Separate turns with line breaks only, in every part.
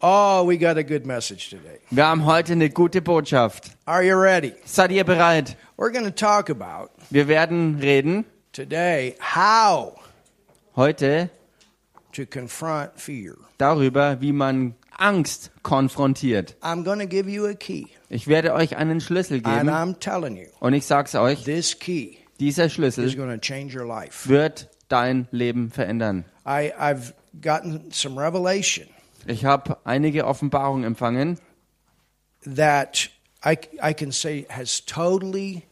Oh, we got a good message today.
Wir haben heute eine gute Botschaft.
Are you ready?
Seid ihr bereit?
We're going to talk about
Wir werden reden
today how
heute
to confront fear.
darüber, wie man Angst konfrontiert.
I'm going to give you a key,
Ich werde euch einen Schlüssel
and
geben
I'm telling you,
und ich sag's euch,
this key
dieser
is
Schlüssel
going to change your life.
wird dein Leben verändern.
I, I've gotten some revelation
Ich habe einige Offenbarungen empfangen,
that I, I can say has totally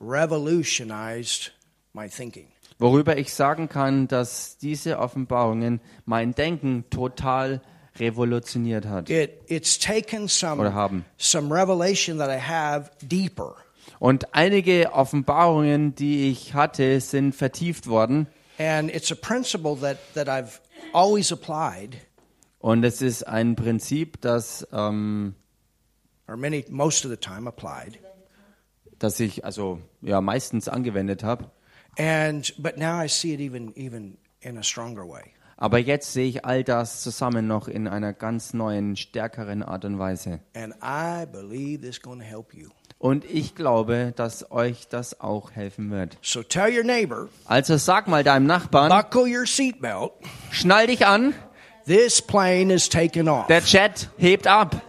revolutionized my thinking.
worüber ich sagen kann, dass diese Offenbarungen mein Denken total revolutioniert hat
It, it's taken
oder
some,
haben.
some revelation that I have deeper.
Und einige Offenbarungen, die ich hatte, sind vertieft worden.
And it's a principle that, that I've always applied,
Und es ist ein Prinzip, das, ähm,
or many, most of the time applied.
das ich also ja meistens angewendet habe.
And, but now I see it even, even in a stronger way.
Aber jetzt sehe ich all das zusammen noch in einer ganz neuen, stärkeren Art und Weise.
And I believe this is going to help you.
Und ich glaube, dass euch das auch helfen wird.
So tell your neighbor,
Also sag mal deinem Nachbarn,
buckle your seatbelt.
schnall dich an,
This plane is taking off.
der Chat hebt ab.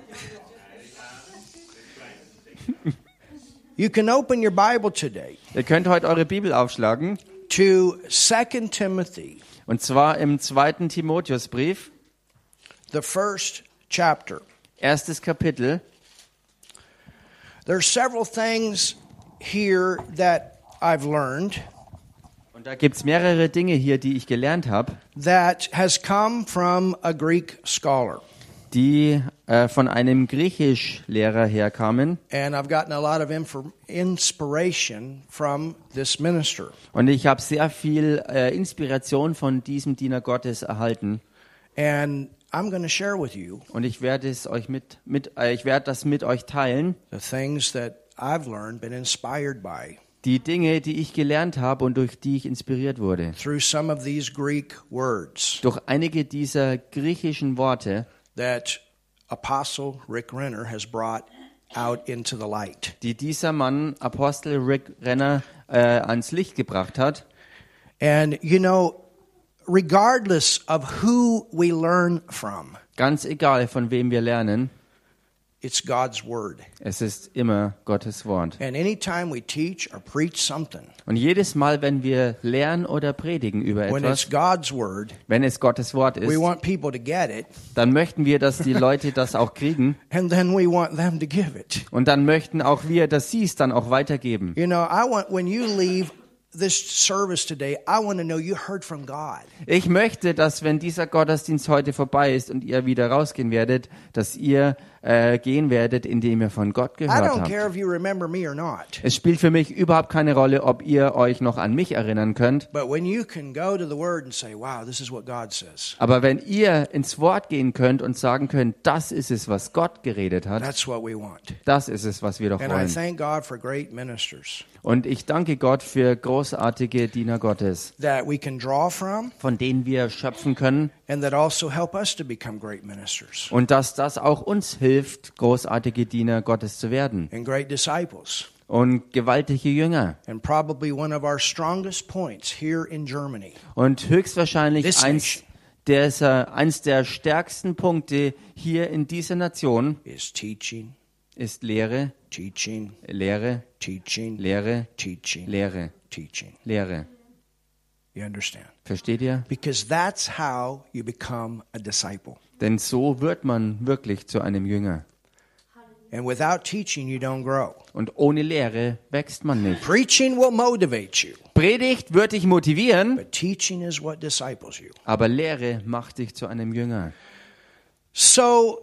you can open your Bible today
Ihr könnt heute eure Bibel aufschlagen.
to 2 Timothy,
Und zwar im zweiten Timotheusbrief,
the first chapter.
erstes Kapitel.
There are several things here that I've learned
Und da gibt es mehrere Dinge hier, die ich gelernt habe,
that has come from a Greek scholar.
die äh, von einem Griechischlehrer herkamen.
And I've gotten a lot of infor- inspiration from this minister.
Und ich habe sehr viel äh, Inspiration von diesem Diener Gottes erhalten.
And I'm going to share with you
Und ich werde es euch mit, mit äh, ich werde das mit euch teilen.
the things that I've learned, been inspired by
Die Dinge, die ich gelernt habe und durch die ich inspiriert wurde.
through some of these Greek words
Durch einige dieser griechischen Worte,
that Apostle Rick Renner has brought out into the light.
die dieser Mann, Apostel Rick Renner, äh, ans Licht gebracht hat.
And, you know, regardless of who we learn from,
Ganz egal, von wem wir lernen,
it's God's Word.
es ist immer Gottes Wort.
And anytime we teach or preach something,
Und jedes Mal, wenn wir lernen oder predigen über
when it's
etwas,
God's Word,
wenn es Gottes Wort
we
ist,
want people to get it,
dann möchten wir, dass die Leute das auch kriegen.
and then we want them to give it.
Und dann möchten auch wir, dass sie es dann auch weitergeben.
You know, I want, when you leave this service today, I want to know you heard from God.
Ich möchte, dass wenn dieser Gottesdienst heute vorbei ist und ihr wieder rausgehen werdet, dass ihr äh, gehen werdet, indem ihr von Gott
I
gehört
don't
habt.
care if you remember me or not,
Es spielt für mich überhaupt keine Rolle, ob ihr euch noch an mich erinnern könnt.
but when you can go to the Word and say, wow, this is what God says,
Aber wenn ihr ins Wort gehen könnt und sagen könnt, das ist es, was Gott geredet hat,
that's what we want.
das ist es, was wir doch
And I
wollen.
thank God for great ministers
Und ich danke Gott für großartige Diener Gottes,
that we can draw from
von denen wir schöpfen können
and that also help us to become great ministers
und dass das auch uns hilft, großartige Diener Gottes zu werden
and great disciples.
und gewaltige Jünger.
And probably one of our strongest points here in Germany
Und höchstwahrscheinlich
This
eins, dieser, eins der stärksten Punkte hier in dieser Nation
is teaching,
ist Lehre,
teaching,
Lehre,
teaching,
Lehre,
teaching,
Lehre,
teaching.
Lehre.
You understand?
Versteht ihr?
Because that's how you become a disciple.
Denn so wird man wirklich zu einem Jünger.
And without teaching, you don't grow.
Und ohne Lehre wächst man nicht.
Preaching will motivate you,
Predigt wird dich motivieren,
but teaching is what disciples you.
aber Lehre macht dich zu einem Jünger.
So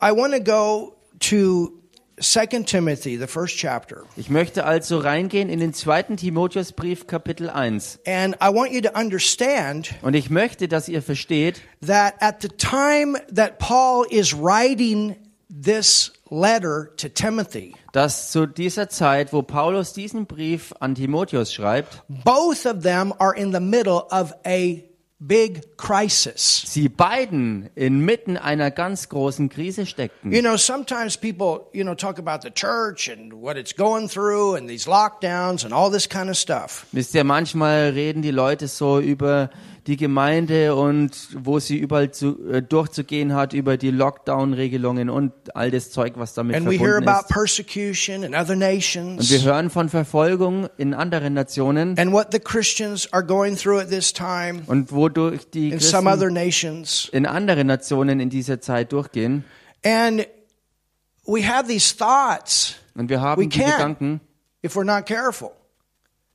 I want to go to 2 Timothy, the first chapter,
Ich möchte also reingehen in den zweiten Timotheusbrief Kapitel 1.
and I want you to understand
Und ich möchte, dass ihr versteht,
that at the time that Paul is writing this letter to Timothy,
dass zu dieser Zeit, wo Paulus diesen Brief an Timotheus schreibt,
both of them are in the middle of a big crisis.
Sie beiden inmitten einer ganz großen Krise steckten.
You know, sometimes people, you know, talk about the church and what it's going through and these lockdowns and all this kind of stuff.
Wisst ihr, manchmal reden die Leute so über die Gemeinde und wo sie überall zu, äh, durchzugehen hat, über die Lockdown-Regelungen und all das Zeug, was damit
And we hear
verbunden
about
ist.
persecution in other
Und wir
nations
hören von Verfolgung in anderen Nationen
and what the Christians are going through at this time
und wodurch die
in some other
Christen
nations.
in anderen Nationen in dieser Zeit durchgehen.
And we have these thoughts
Und wir
We
haben die
can't.
Gedanken,
if we're not careful.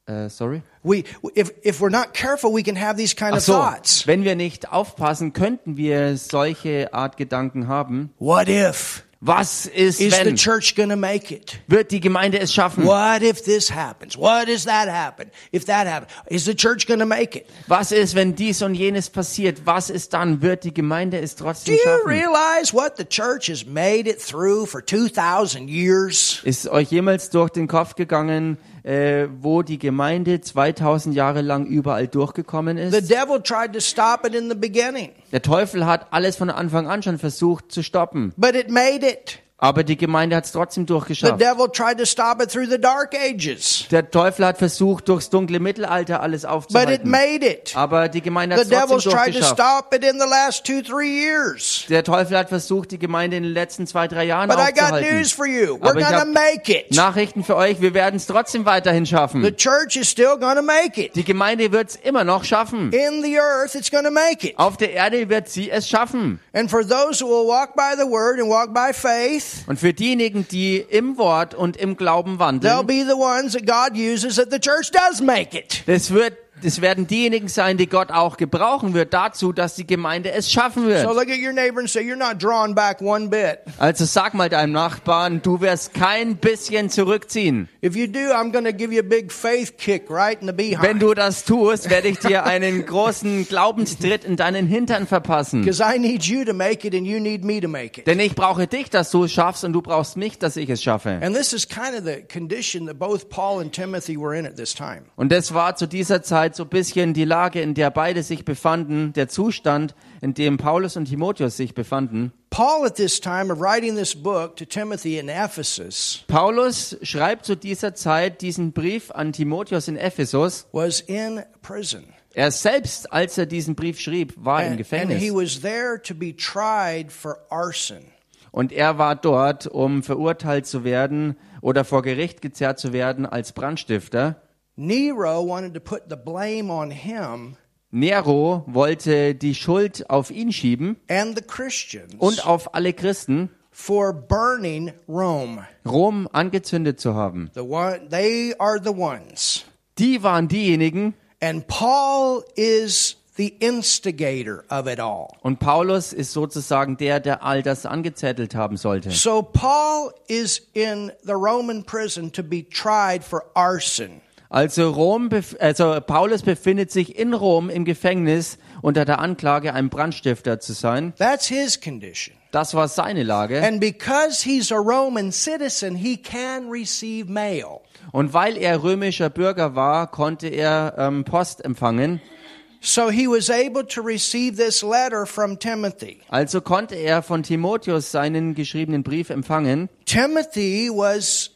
äh, sorry,
We, if, if we're not careful, we can have these kind
Ach
of
so,
thoughts.
wenn wir nicht aufpassen, könnten wir solche Art Gedanken haben.
What if?
Was ist,
Is the
wenn?
church going to make it?
Wird die Gemeinde es schaffen?
What if this happens? What does that happen? If that happens, is the church going to make it?
Was ist, wenn dies und jenes passiert? Was ist dann? Wird die Gemeinde es
Do
trotzdem
you
schaffen?
realize what the church has made it through for 2,000 years?
Ist euch jemals durch den Kopf gegangen, äh, wo die Gemeinde 2000 Jahre lang überall durchgekommen
The
ist?
devil tried to stop it in the beginning,
Der Teufel hat alles von Anfang an schon versucht zu stoppen,
but it made it.
aber die Gemeinde hat es trotzdem
The
durchgeschafft.
devil tried to stop it through the dark ages,
Der Teufel hat versucht, durchs dunkle Mittelalter alles
but it
aufzuhalten.
made it.
Aber die Gemeinde hat
The
es trotzdem
devil's tried to
durchgeschafft.
stop it in the last two, three years.
Der Teufel hat versucht, die Gemeinde in den letzten zwei, drei Jahren
But I got
aufzuhalten.
news for you. We're
Aber ich
going to
habe
make it.
Nachrichten für euch, wir werden es trotzdem weiterhin
The
schaffen.
church is still going to make it.
Die Gemeinde wird es immer noch schaffen.
In the earth, it's going to make it.
Auf der Erde wird sie es schaffen.
And for those who will walk by the word and walk by faith,
Und für diejenigen, die im Wort und im Glauben
they'll
wandeln,
be the ones that God uses that the church does make it.
das wird das werden diejenigen sein, die Gott auch gebrauchen wird dazu, dass die Gemeinde es schaffen
So
wird.
look at your neighbor and say, You're not drawn back one bit.
Also sag mal deinem Nachbarn, du wirst kein bisschen zurückziehen.
If you do, I'm going to give you a big faith kick right in the
Wenn
behind.
du das tust, werde ich dir einen großen Glaubenstritt in deinen Hintern verpassen.
Because I need you to make it and you need me to make it.
Denn ich brauche dich, dass du es schaffst und du brauchst mich, dass ich es schaffe.
And this is kind of the condition that both Paul and Timothy were in at this time.
Und das war zu dieser Zeit so ein bisschen die Lage, in der beide sich befanden, der Zustand, in dem Paulus und Timotheus sich befanden.
Paul, at this time of writing this book to Timothy in Ephesus,
Paulus schreibt zu dieser Zeit diesen Brief an Timotheus in Ephesus.
was in prison.
Er selbst, als er diesen Brief schrieb, war im
And, and he
Gefängnis.
was there to be tried for arson.
Und er war dort, um verurteilt zu werden oder vor Gericht gezerrt zu werden als Brandstifter.
Nero wanted to put the blame on him
Nero wollte die Schuld auf ihn schieben
and the Christians
und auf alle Christen,
for burning Rome.
Rom angezündet zu haben.
The one they are the ones.
Die waren diejenigen,
And Paul is the instigator of it all.
Und Paulus ist sozusagen der, der all das angezettelt haben sollte.
So Paul is in the Roman prison to be tried for arson.
Also Rom, bef- also Paulus befindet sich in Rom im Gefängnis unter der Anklage, ein Brandstifter zu sein.
That's his condition.
Das war seine Lage.
And because he's a Roman citizen, he can receive mail.
Und weil er römischer Bürger war, konnte er ähm, Post empfangen.
So he was able to receive this letter from Timothy.
Also konnte er von Timotheus seinen geschriebenen Brief empfangen.
Timothy was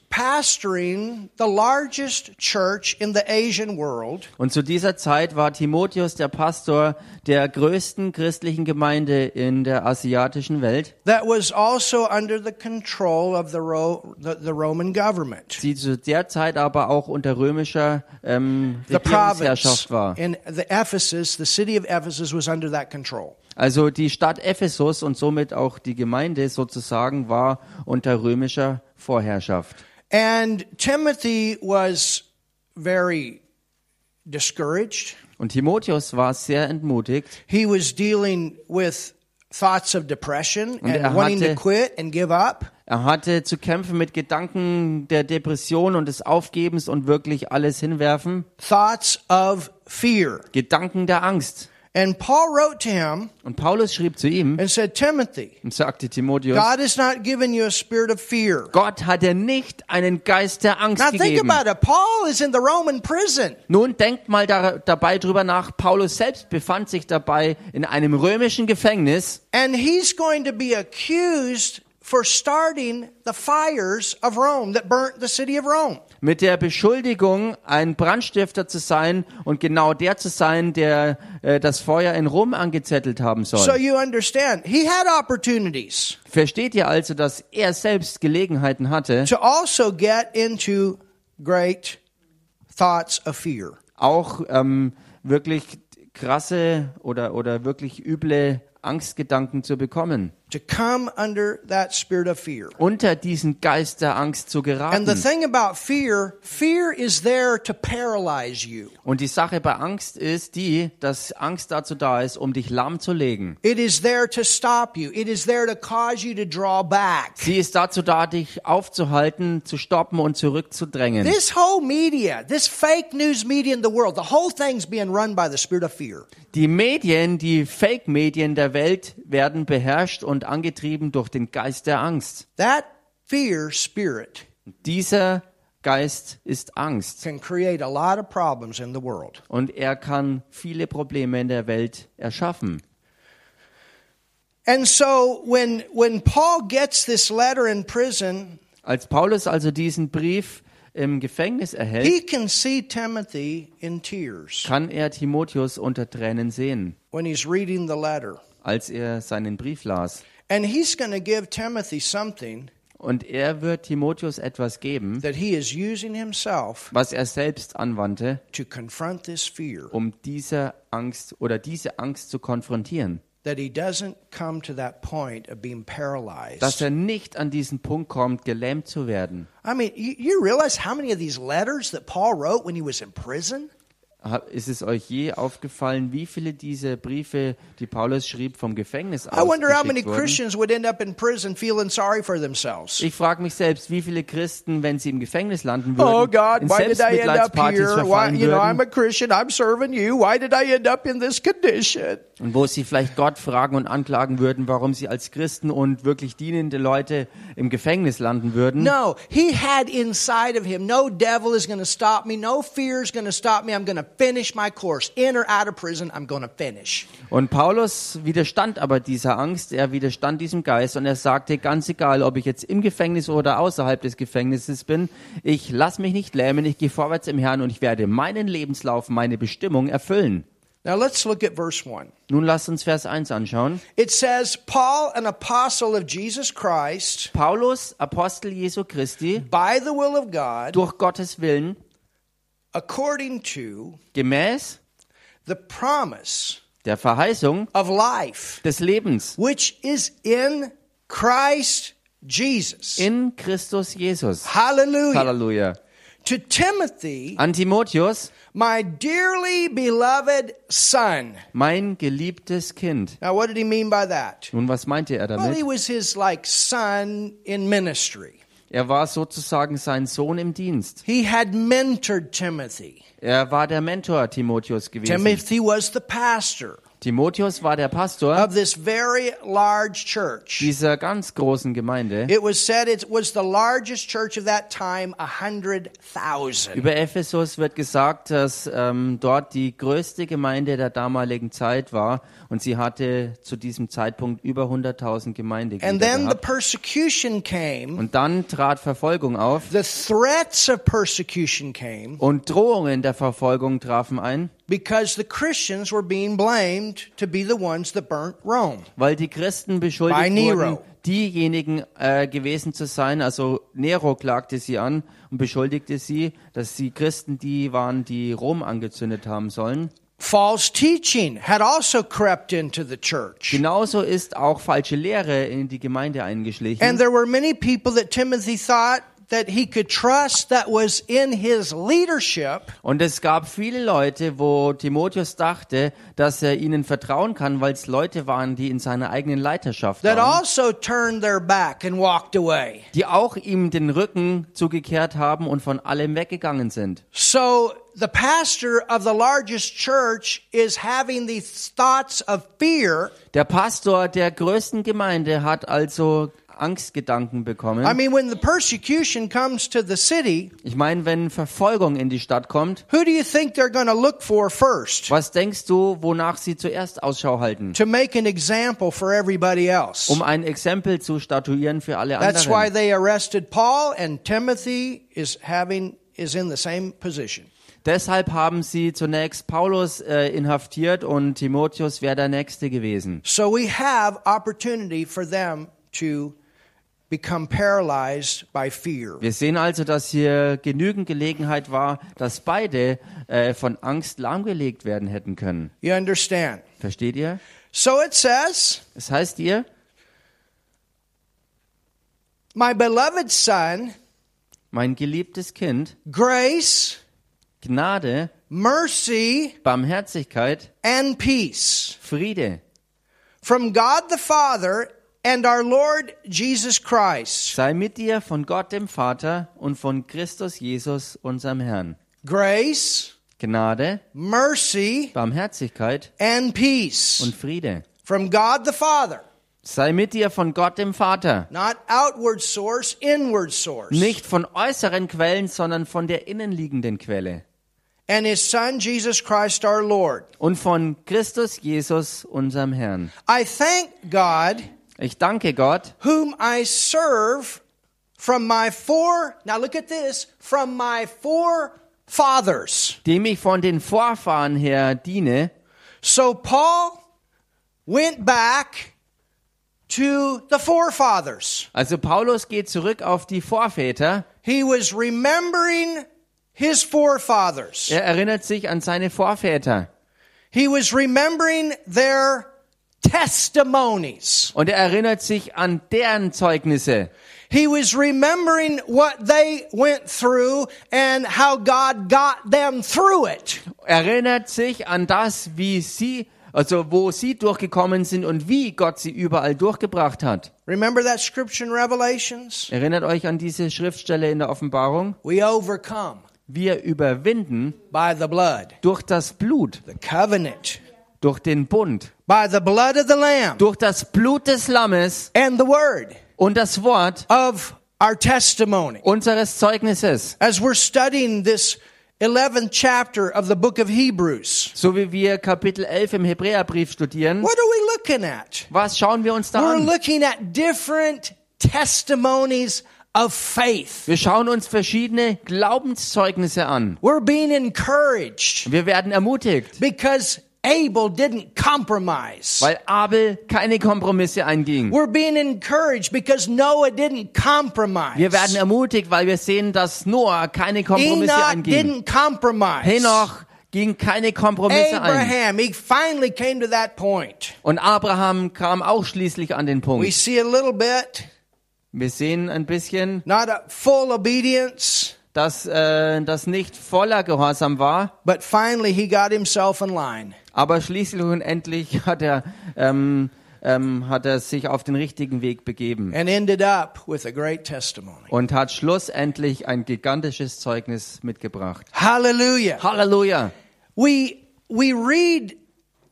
pastoring the largest church in the Asian world,
Und zu dieser Zeit war Timotheus der Pastor der größten christlichen Gemeinde in der asiatischen Welt.
that was also under the control of the, Ro- the, the Roman government.
die zu der Zeit aber auch unter römischer ähm,
The province
Regierungsherrschaft war.
in the Ephesus, the city of Ephesus, was under that control.
Also die Stadt Ephesus und somit auch die Gemeinde sozusagen war unter römischer Vorherrschaft.
And Timothy was very discouraged.
Und Timotheus war sehr entmutigt
He was dealing with thoughts of depression
er
and wanting to
hatte-
quit and give up.
Er hatte zu kämpfen mit Gedanken der Depression und des Aufgebens und wirklich alles hinwerfen.
thoughts of fear
Gedanken der Angst.
And Paul wrote to him
Und Paulus schrieb zu ihm
and said, Timothy,
und sagte Timotheus,
God has not given you a spirit of fear.
Gott hat dir nicht einen Geist der Angst
Now think
gegeben.
about it. Paul is in the Roman prison.
Nun denkt mal dar dabei drüber nach. Paulus selbst befand sich dabei in einem römischen Gefängnis
And he's going to be accused for starting the fires of Rome that burnt the city of Rome.
mit der Beschuldigung, ein Brandstifter zu sein und genau der zu sein, der äh, das Feuer in Rom angezettelt haben soll.
So you understand, he had opportunities
Versteht ihr also, dass er selbst Gelegenheiten hatte,
to also get into great thoughts of fear.
auch ähm, wirklich krasse oder, oder wirklich üble Angstgedanken zu bekommen,
to come under that spirit of fear.
unter diesen Geist der Angst zu
And the
geraten.
thing about fear, fear is there to paralyze you.
Und die Sache bei Angst ist die, dass Angst dazu da ist, um dich lahmzulegen.
It is there to stop you. It is there to cause you to draw back.
Sie ist dazu da, dich aufzuhalten, zu stoppen und zurückzudrängen.
This whole media, this fake news media in the world, the whole thing's being run by the spirit of fear.
Die Medien, die Fake-Medien der Welt werden beherrscht und angetrieben durch den Geist der Angst.
That fear spirit
Dieser Geist ist Angst
can create a lot of problems in the world.
und er kann viele Probleme in der Welt erschaffen.
And so when when Paul gets this letter in prison,
Als Paulus also diesen Brief im Gefängnis erhält,
he can see Timothy in tears
kann er Timotheus unter Tränen sehen,
when he's reading the letter.
als er seinen Brief las.
And he's going to give Timothy something
Und er wird Timotheus etwas geben,
that he is using himself
was er selbst anwandte,
to confront this fear,
um diese Angst oder diese Angst zu konfrontieren.
that he doesn't come to that point of being
Dass
paralyzed.
er nicht an diesen Punkt kommt, gelähmt zu werden.
I mean, you, you realize how many of these letters that Paul wrote when he was in prison?
Ha- Ist es euch je aufgefallen, wie viele dieser Briefe, die Paulus schrieb, vom Gefängnis
I wonder how many
ausgeschickt wurden?
Christians would end up in prison feeling sorry for themselves.
Ich frage mich selbst, wie viele Christen, wenn sie im Gefängnis landen würden,
Oh God,
in
why did I end up
Selbstmitleidspartys
here? Why,
verfallen
you know, I'm
würden
a Christian. I'm serving you. Why did I end up in this condition?
und wo sie vielleicht Gott fragen und anklagen würden, warum sie als Christen und wirklich dienende Leute im Gefängnis landen würden.
No, he had inside of him no devil is going to stop me, no fear is going to stop me. I'm going to finish my course. In or out of prison, I'm going to finish.
Und Paulus widerstand aber dieser Angst, er widerstand diesem Geist und er sagte, ganz egal, ob ich jetzt im Gefängnis oder außerhalb des Gefängnisses bin, ich lass mich nicht lähmen, ich gehe vorwärts im Herrn und ich werde meinen Lebenslauf, meine Bestimmung erfüllen.
Now let's look at verse 1.
Nun lasst uns Vers 1 anschauen.
It says, Paul, an apostle of Jesus Christ,
Paulus, Apostel Jesu Christi,
by the will of God,
durch Gottes Willen,
according to
gemäß
the promise
der Verheißung
of life,
des Lebens
which is in Christ Jesus.
in Christus Jesus.
Hallelujah.
Halleluja.
To Timothy,
An Timotheus,
my dearly beloved son.
mein geliebtes Kind.
Now, what did he mean by that?
Nun, was meinte er
Well, he
damit?
was his like son in ministry.
Er war sozusagen sein Sohn im Dienst.
He had mentored Timothy.
Er war der Mentor Timotheus gewesen.
Timothy was the pastor
Timotheus war der Pastor
of this very large church.
dieser ganz großen Gemeinde.
It was said it was the largest church of that time, a hundred thousand.
Über Ephesus wird gesagt, dass ähm, dort die größte Gemeinde der damaligen Zeit war und sie hatte zu diesem Zeitpunkt über 100.000 Gemeindeglieder
And then the
gehabt.
persecution came.
Und dann trat Verfolgung auf
The threats of persecution came
und Drohungen der Verfolgung trafen ein,
because the Christians were being blamed to be the ones that burnt Rome.
weil die Christen
By
beschuldigt
Nero.
wurden, diejenigen äh, gewesen zu sein. Also Nero klagte sie an und beschuldigte sie, dass sie Christen die waren, die Rom angezündet haben sollen.
False teaching had also crept into the church.
Genauso ist auch falsche Lehre in die Gemeinde eingeschlichen.
And there were many people that Timothy thought that he could trust that was in his leadership
Und es gab viele Leute, wo Timotheus dachte, dass er ihnen vertrauen kann, weil es Leute waren, die in seiner eigenen Leiterschaft
that
waren,
also turned their back and walked away.
die auch ihm den Rücken zugekehrt haben und von allem weggegangen sind.
So the pastor of the largest church is having these thoughts of fear.
Der Pastor der größten Gemeinde hat also Angstgedanken
I
bekommen.
mean, when the persecution comes to the city,
Ich meine, wenn Verfolgung in die Stadt kommt,
who do you think they're going to look for first
was denkst du, wonach sie zuerst Ausschau halten?
to make an example for everybody else?
Um ein Exempel zu statuieren für alle
That's why
anderen.
they arrested Paul and Timothy is having is in the same position.
Deshalb haben sie zunächst Paulus äh, inhaftiert und Timotheus wäre der Nächste gewesen.
So we have opportunity for them to become paralyzed by fear.
Wir sehen also, dass hier genügend Gelegenheit war, dass beide äh, von Angst lahmgelegt werden hätten können.
You understand?
Versteht ihr?
So it says,
Das heißt ihr,
"My beloved son,
mein geliebtes Kind,
grace,
Gnade,
mercy,
Barmherzigkeit,
and peace
Friede
from God the Father and our Lord Jesus Christ.
sei mit dir von Gott dem Vater und von Christus Jesus, unserem Herrn.
Grace,
Gnade,
mercy,
Barmherzigkeit
and peace
und Friede
from God the Father."
sei mit dir von Gott dem Vater.
Not outward source, inward source.
Nicht von äußeren Quellen, sondern von der innenliegenden Quelle.
And his son, Jesus Christ our Lord.
Und von Christus Jesus, unserem Herrn.
I thank God,
Ich danke Gott,
whom I serve from my four, now look at this, from my four fathers.
dem ich von den Vorfahren her diene.
So Paul went back to the forefathers.
Also Paulus geht zurück auf die Vorväter.
He was remembering his forefathers,
Er erinnert sich an seine Vorväter.
he was remembering their testimonies.
Und er erinnert sich an deren Zeugnisse.
He was remembering what they went through and how God got them through it.
Er erinnert sich an das, wie sie, also wo sie durchgekommen sind und wie Gott sie überall durchgebracht hat.
Remember that scripture in Revelations?
Erinnert euch an diese Schriftstelle in der Offenbarung.
We overcome
Wir überwinden
by the blood,
durch das Blut,
the covenant,
durch den Bund,
by the blood of the Lamb,
durch das Blut des Lammes
and the word
und das Wort
of our testimony.
unseres Zeugnisses.
As we're studying this 11th chapter of the book of Hebrews,
So wie wir Kapitel 11 im Hebräerbrief studieren.
what are we looking at?
Was schauen wir uns da
We're
an?
looking at different testimonies of faith.
Wir schauen uns verschiedene Glaubenszeugnisse an.
We're being encouraged.
Wir werden ermutigt,
because Abel didn't compromise.
weil Abel keine Kompromisse einging.
We're being encouraged because Noah didn't compromise.
Wir werden ermutigt, weil wir sehen, dass Noah keine Kompromisse
Enoch
einging.
didn't compromise.
Henoch ging keine Kompromisse ein.
Abraham, he finally came to that point.
Und Abraham kam auch schließlich an den
We
Punkt.
see a little bit,
Wir sehen ein bisschen,
not a full obedience,
dass äh, das nicht voller Gehorsam war,
but finally he got himself in line.
aber schließlich und endlich hat er, ähm, ähm, hat er sich auf den richtigen Weg begeben
And ended up with a great testimony.
und hat schlussendlich ein gigantisches Zeugnis mitgebracht.
Hallelujah.
Halleluja!
We we read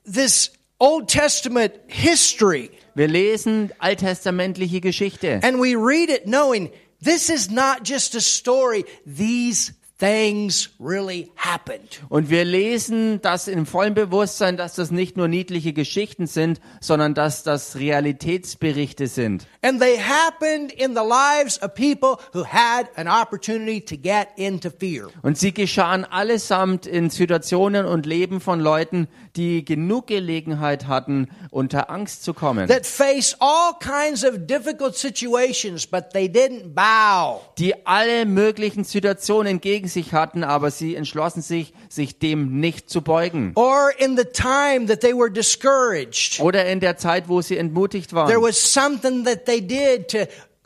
this Old Testament history
Wir lesen alttestamentliche Geschichte
And we read it knowing this is not just a story, these things really happened.
und wir lesen das im vollen Bewusstsein, dass das nicht nur niedliche Geschichten sind, sondern dass das Realitätsberichte sind.
And they happened in the lives of people who had an opportunity to get into fear.
Und sie geschahen allesamt in Situationen und Leben von Leuten, die genug Gelegenheit hatten, unter Angst zu kommen,
That face all kinds of difficult situations, but they didn't bow.
die alle möglichen Situationen gegen sich hatten, aber sie entschlossen sich, sich dem nicht zu beugen.
Or in the time that they were discouraged,
Oder in der Zeit, wo sie entmutigt
Oh. there
waren.
was something that they did to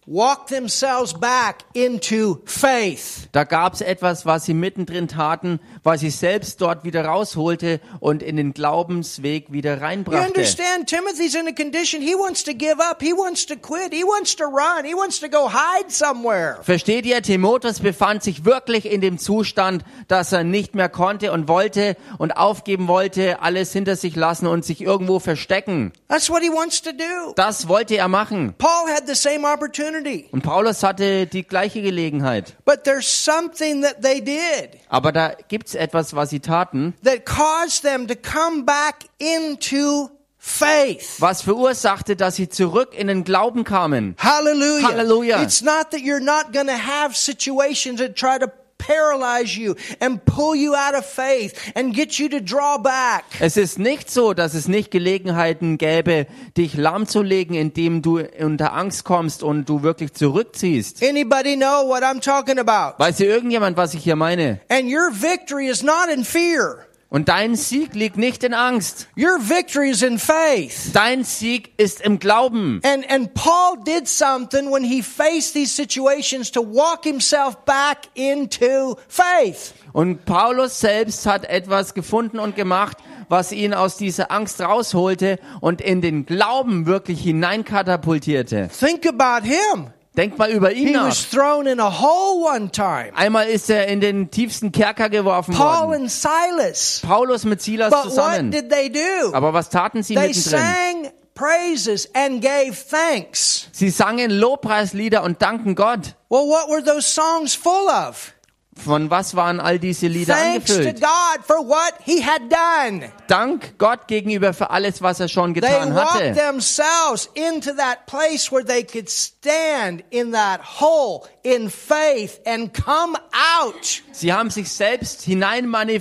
walked themselves back into faith.
Da gab es etwas, was sie mittendrin taten, was sie selbst dort wieder rausholte und in den Glaubensweg wieder
You
reinbrachte.
understand, Timothy's in a condition he wants to give up, he wants to quit, he wants to run, he wants to go hide somewhere.
Versteht ihr, Timotheus befand sich wirklich in dem Zustand, dass er nicht mehr konnte und wollte und aufgeben wollte, alles hinter sich lassen und sich irgendwo verstecken.
That's what he wants to do.
Das wollte er machen.
Paul had the same opportunity,
Und Paulus hatte die gleiche Gelegenheit.
but there's something that they did
Aber da gibt's etwas, was sie taten,
that caused them to come back into faith.
was verursachte, dass sie zurück in den Glauben kamen.
Hallelujah.
Hallelujah.
It's not that you're not going to have situations that try to paralyze you and pull you out of faith and get you to draw back.
Es ist nicht so, dass es nicht Gelegenheiten gäbe, dich lahmzulegen, indem du unter Angst kommst und du wirklich zurückziehst.
Anybody know what I'm talking about?
Weiß hier irgendjemand, was ich hier meine?
And your victory is not in fear.
Und dein Sieg liegt nicht in Angst.
Your victory is in faith.
Dein Sieg ist im Glauben.
And and Paul did something when he faced these situations to walk himself back into faith.
Und Paulus selbst hat etwas gefunden und gemacht, was ihn aus dieser Angst rausholte und in den Glauben wirklich hineinkatapultierte.
Think about him.
Denk mal über ihn
He
nach.
was thrown in a hole one time.
Einmal ist er in den tiefsten Kerker geworfen
Paul
worden.
and Silas.
Paulus mit Silas
But what
zusammen.
did they do?
Aber was taten sie
They
mittendrin?
sang praises and gave thanks.
Sie sangen Lobpreislieder und danken Gott.
Well, what were those songs full of?
Von was waren all diese Lieder
Thanks to
angefüllt?
God for what he had done.
Dank Gott gegenüber für alles, was er schon
They
getan
walked
hatte.
themselves into that place where they could stand in that hole in faith and come out.
Sie haben sich selbst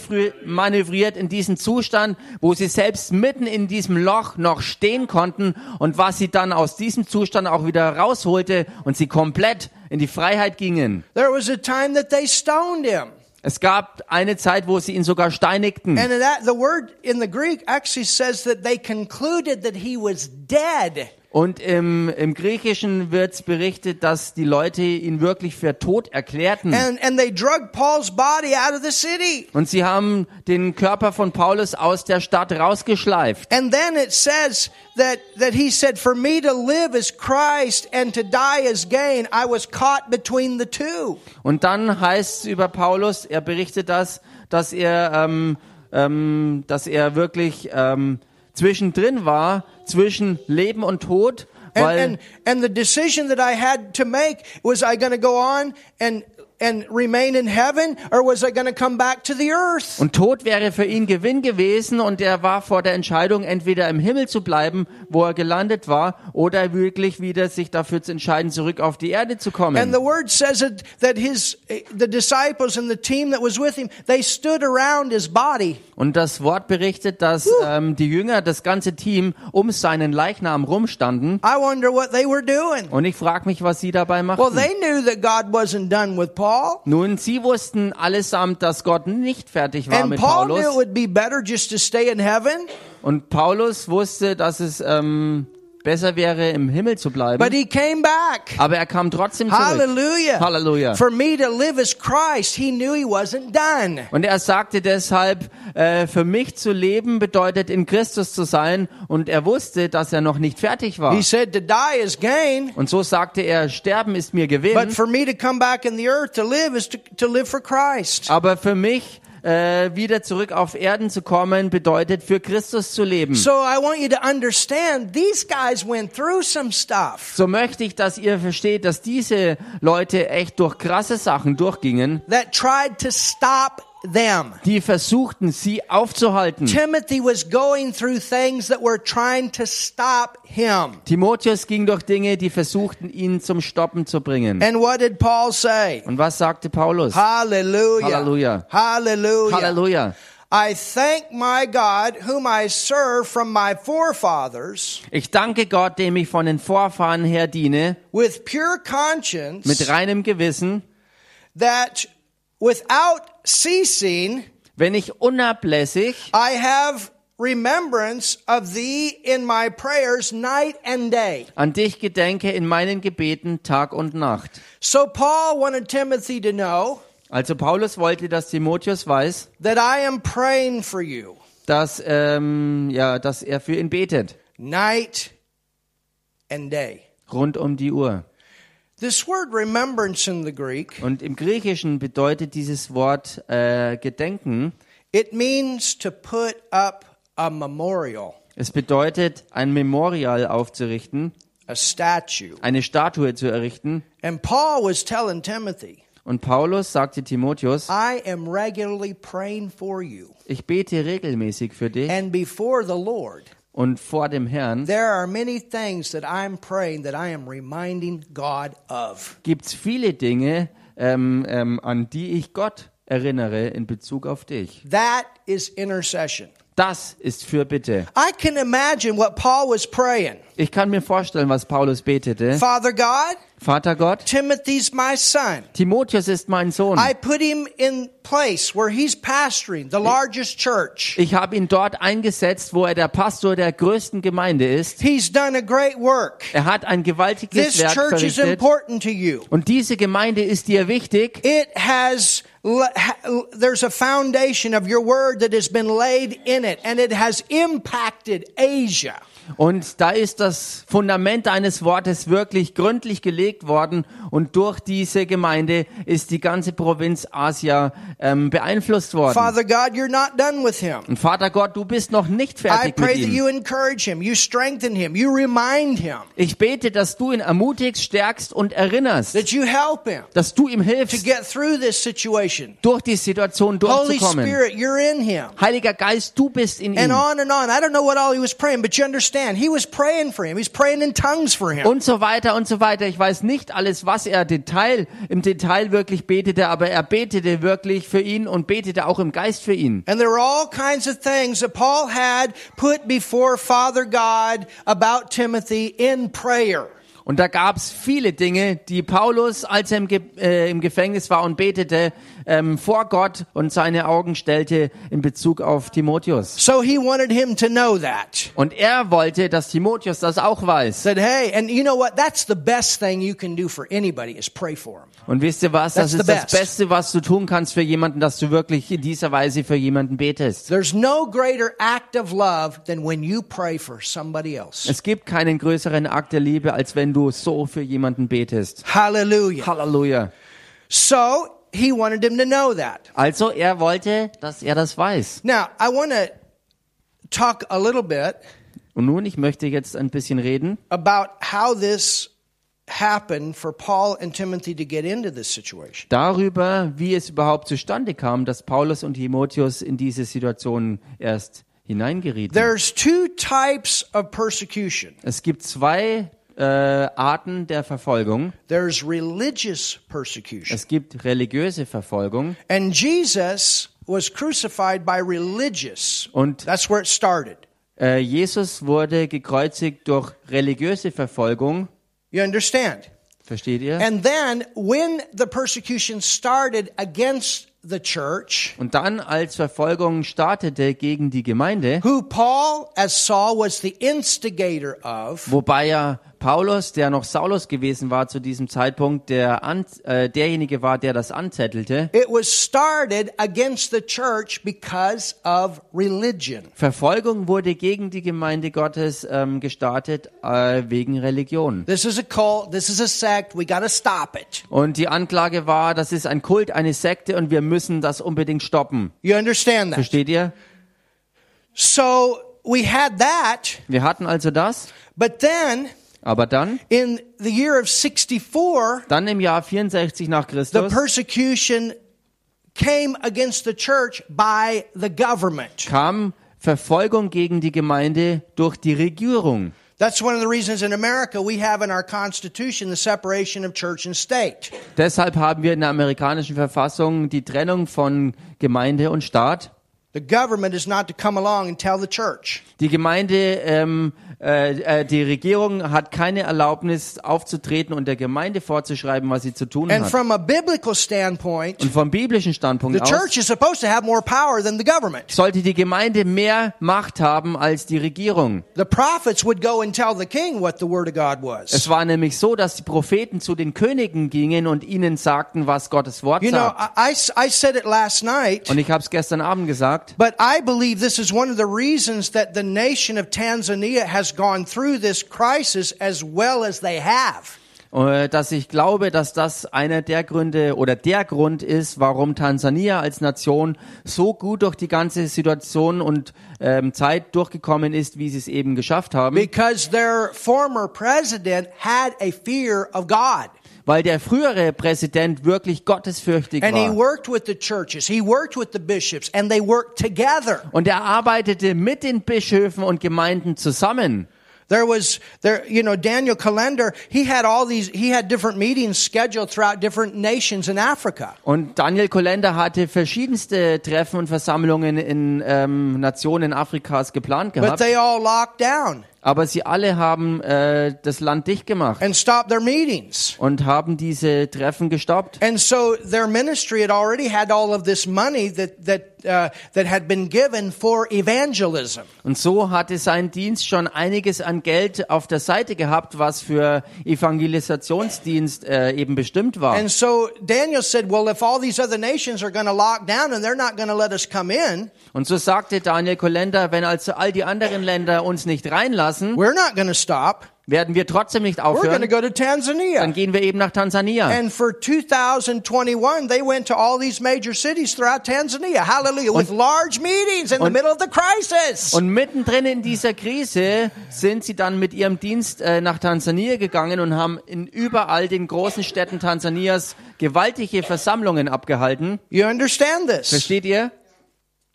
hineinmanövriert in diesen Zustand, wo sie selbst mitten in diesem Loch noch stehen konnten und was sie dann aus diesem Zustand auch wieder rausholte und sie komplett in die Freiheit gingen.
There was a time that they stoned him.
Es gab eine Zeit, wo sie ihn sogar steinigten.
And that the word in the Greek actually says that they concluded that he was dead.
Und im, im Griechischen wird berichtet, dass die Leute ihn wirklich für tot erklärten.
And and they drug Paul's body out of the city.
Und sie haben den Körper von Paulus aus der Stadt rausgeschleift.
And then it says that, that he said, For me to live is Christ and to die is gain. I was caught between the two.
Und dann heißt es über Paulus, er berichtet das, dass er, ähm, ähm, dass er wirklich ähm, zwischendrin war, zwischen Leben und Tod,
And,
weil
and, and the decision that I had to make was I going to go on and, and remain in heaven or was I going to come back to the earth?
und Tod wäre für ihn Gewinn gewesen und er war vor der Entscheidung, entweder im Himmel zu bleiben, wo er gelandet war, oder wirklich wieder sich dafür zu entscheiden, zurück auf die Erde zu
And
kommen.
the word says that, that his, the disciples and the team that was with him, they stood around his body.
Und das Wort berichtet, dass ähm, die Jünger, das ganze Team, um seinen Leichnam rumstanden.
I wonder what they were doing.
Und ich frage mich, was sie dabei machten.
Well, they knew that God wasn't done with Paul.
Nun, sie wussten allesamt, dass Gott nicht fertig war
And
mit
Paul knew it
Paulus.
would be better just to stay in heaven,
Und Paulus wusste, dass es ähm, besser wäre, im Himmel zu bleiben.
but he came back.
Aber er kam trotzdem zurück.
Hallelujah.
Halleluja.
For me to live as Christ, he knew he wasn't done.
Und er sagte deshalb, äh, für mich zu leben bedeutet, in Christus zu sein. Und er wusste, dass er noch nicht fertig war.
He said to die is gain,
Und so sagte er, Sterben ist mir
but
Gewinn.
for me to come back in the earth to live is to, to live for Christ.
Aber für mich, äh, wieder zurück auf Erden zu kommen, bedeutet, für Christus zu leben.
So I want you to understand these guys went through some stuff
So möchte ich, dass ihr versteht, dass diese Leute echt durch krasse Sachen durchgingen,
that tried to stop them.
die versuchten, sie aufzuhalten.
Timothy was going through things that were trying to stop him.
Timotheus ging durch Dinge, die versuchten, ihn zum Stoppen zu bringen.
And what did Paul say?
Und was sagte Paulus?
Hallelujah.
Hallelujah.
Hallelujah.
Halleluja.
I thank my God, whom I serve from my forefathers,
Ich danke Gott, dem ich von den Vorfahren her diene,
with pure conscience,
mit reinem Gewissen,
that without ceasing
wenn ich unablässig
I have remembrance of thee in my prayers night and day.
An dich gedenke in meinen Gebeten Tag und Nacht.
So Paul wanted Timothy to know
Also Paulus wollte, dass Timotheus weiß,
that I am praying for you
dass, ähm, ja, dass er für ihn betet.
night and day.
Rund um die Uhr.
This word remembrance in the Greek,
Und im Griechischen bedeutet dieses Wort äh, Gedenken,
it means to put up a memorial,
es bedeutet ein Memorial aufzurichten,
a statue.
eine Statue zu errichten.
And Paul was telling Timothy,
Und Paulus sagte Timotheus,
I am regularly praying for you.
ich bete regelmäßig für dich
And before the Lord,
und vor dem Herrn
there are many things that I'm praying that I am reminding God of.
gibt es viele Dinge, ähm, ähm, an die ich Gott erinnere in Bezug auf dich.
That is intercession.
Das ist Fürbitte.
I can imagine what Paul was praying.
Ich kann mir vorstellen, was Paulus betete.
Father God,
Vater Gott,
Timothy's my son.
Timotheus ist mein Sohn.
I put him in place where he's pastoring the largest church.
Ich habe ihn dort eingesetzt, wo er der Pastor der größten Gemeinde ist.
He's done a great work.
Er hat ein gewaltiges
This
Werk
church is
verrichtet.
important to you.
Und diese Gemeinde ist dir wichtig.
It has l- ha- l- there's a foundation of your word that has been laid in it and it has impacted Asia.
Und da ist das Fundament eines Wortes wirklich gründlich gelegt worden. Und durch diese Gemeinde ist die ganze Provinz Asia ähm, beeinflusst worden.
Father God, you're not done with him.
Und Vater Gott, du bist noch nicht
Mm, I
fertig mit
pray that
ihm.
you encourage him, you strengthen him, you remind him,
Ich bete, dass du ihn ermutigst, stärkst und erinnerst,
that you help him
dass du ihm
to
hilfst,
get through this situation.
durch die Situation
Holy
durchzukommen.
Spirit, you're in him.
Heiliger Geist, du bist in
and
ihm.
on and on. I don't know what all he was praying, but you understand, he was praying for him. He's praying in tongues for him.
Und so weiter und so weiter. Ich weiß nicht alles, was er Detail, im Detail wirklich betete, aber er betete wirklich für ihn und betete auch im Geist für ihn.
And there were all kinds of things that Paul had put before Father God about Timothy in prayer.
Und da gab's viele Dinge, die Paulus, als er im, Ge äh, im Gefängnis war und betete, ähm, vor Gott und seine Augen stellte in Bezug auf Timotheus.
So he wanted him to know that.
Und er wollte, dass Timotheus das auch weiß.
Said, hey, and you know what? That's the best thing you can do for anybody is pray for him.
Und wisst ihr was? Das
That's
ist
the
das
best.
Beste, was du tun kannst für jemanden, dass du wirklich in dieser Weise für jemanden betest.
There's no greater act of love than when you pray for somebody else.
Es gibt keinen größeren Akt der Liebe, als wenn du so für jemanden betest.
Hallelujah.
Halleluja.
So he wanted him to know that.
Also er wollte, dass er das weiß.
Now, I want to talk a little bit
Und nun, ich möchte jetzt ein bisschen reden
about how this happened for Paul and Timothy to get into this situation.
darüber, wie es überhaupt zustande kam, dass Paulus und Timotheus in diese Situation erst hineingerieten.
There's two types of persecution.
es gibt zwei äh, Arten der Verfolgung.
There's religious persecution.
Es gibt religiöse Verfolgung
And Jesus was crucified by religious.
und
That's where it started.
äh, Jesus wurde gekreuzigt durch religiöse Verfolgung.
You understand?
Versteht ihr?
And then when the persecution started against the church,
Und dann, als Verfolgung startete gegen die Gemeinde,
who Paul, as Saul, was the instigator of,
wobei ja Paulus, der noch Saulus gewesen war zu diesem Zeitpunkt, der an, äh, derjenige war, der das anzettelte,
It was started against the church because of religion.
Verfolgung wurde gegen die Gemeinde Gottes ähm, gestartet äh, wegen Religion.
This is a cult. This is a sect. We got to stop it.
Und die Anklage war, das ist ein Kult, eine Sekte und wir müssen das unbedingt stoppen.
You understand that?
Versteht ihr?
So we had that,
Wir hatten also das,
but then
aber dann,
in the year of 64,
dann im Jahr 64 nach
the
Christus
persecution came against the church by the government.
kam Verfolgung gegen die Gemeinde durch die Regierung.
That's one of the reasons in America we have in our Constitution the separation of church and state.
Deshalb haben wir in der amerikanischen Verfassung die Trennung von Gemeinde und Staat.
The government is not to come along and tell the church.
Die Gemeinde, ähm, äh, äh, die Regierung hat keine Erlaubnis aufzutreten und der Gemeinde vorzuschreiben, was sie zu tun
And
hat.
from a biblical standpoint,
Und vom biblischen
the
Standpunkt aus
church is supposed to have more power than the government.
sollte die Gemeinde mehr Macht haben als die Regierung.
The prophets would go and tell the king what the word of God was.
Es war nämlich so, dass die Propheten zu den Königen gingen und ihnen sagten, was Gottes Wort
You know,
sagt.
I, I s- I said it last night,
Und ich habe es gestern Abend gesagt.
but I believe this is one of the reasons that the nation of Tanzania has gone through this crisis as well as they have.
Äh, dass ich glaube, dass das einer der Gründe oder der Grund ist, warum Tansania als Nation so gut durch die ganze Situation und ähm, Zeit durchgekommen ist, wie sie es eben geschafft haben,
Because their former president had a fear of God.
weil der frühere Präsident wirklich gottesfürchtig
And he
war.
worked with the churches, he worked with the bishops, and they worked together.
Und er arbeitete mit den Bischöfen und Gemeinden zusammen.
There was there, you know, Daniel Calendar, he had all these he had different meetings scheduled throughout different nations in Africa.
Und Daniel Kolender hatte verschiedenste Treffen und Versammlungen in ähm, Nationen Afrikas geplant
But
gehabt,
they all locked down
aber sie alle haben äh, das Land dicht gemacht.
and stopped their meetings.
und haben diese Treffen gestoppt.
And so their ministry had already had all of this money that that uh, that had been given for evangelism.
Und so hatte sein Dienst schon einiges an Geld auf der Seite gehabt, was für Evangelisationsdienst äh, eben bestimmt war.
And so Daniel said, "Well, if all these other nations are going to lock down and they're not going to let us come in,
Und so sagte Daniel Kolender, wenn also all die anderen Länder uns nicht reinlassen,
we're not going to stop.
werden wir trotzdem nicht
We're going to
aufhören,
go to
dann
Tanzania."
gehen wir eben nach Tansania.
And for 2021, they went to all these major cities throughout Tanzania. Hallelujah. With large meetings in the
Und-
middle of the crisis.
Und mittendrin in dieser Krise sind sie dann mit ihrem Dienst äh, nach Tansania gegangen und haben in überall den großen Städten Tansanias gewaltige Versammlungen abgehalten.
You understand this?
Versteht ihr?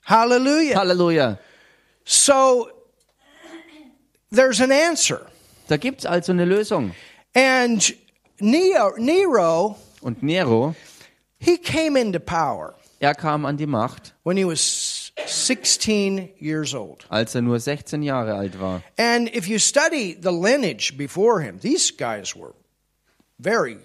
Hallelujah.
Halleluja.
So there's an answer.
Da gibt's also eine Lösung.
And Neo, Nero,
Und Nero,
he came into power
er kam an die Macht,
when he was 16 years old.
als er nur 16 Jahre alt war.
And if you study the lineage before him, these guys were very,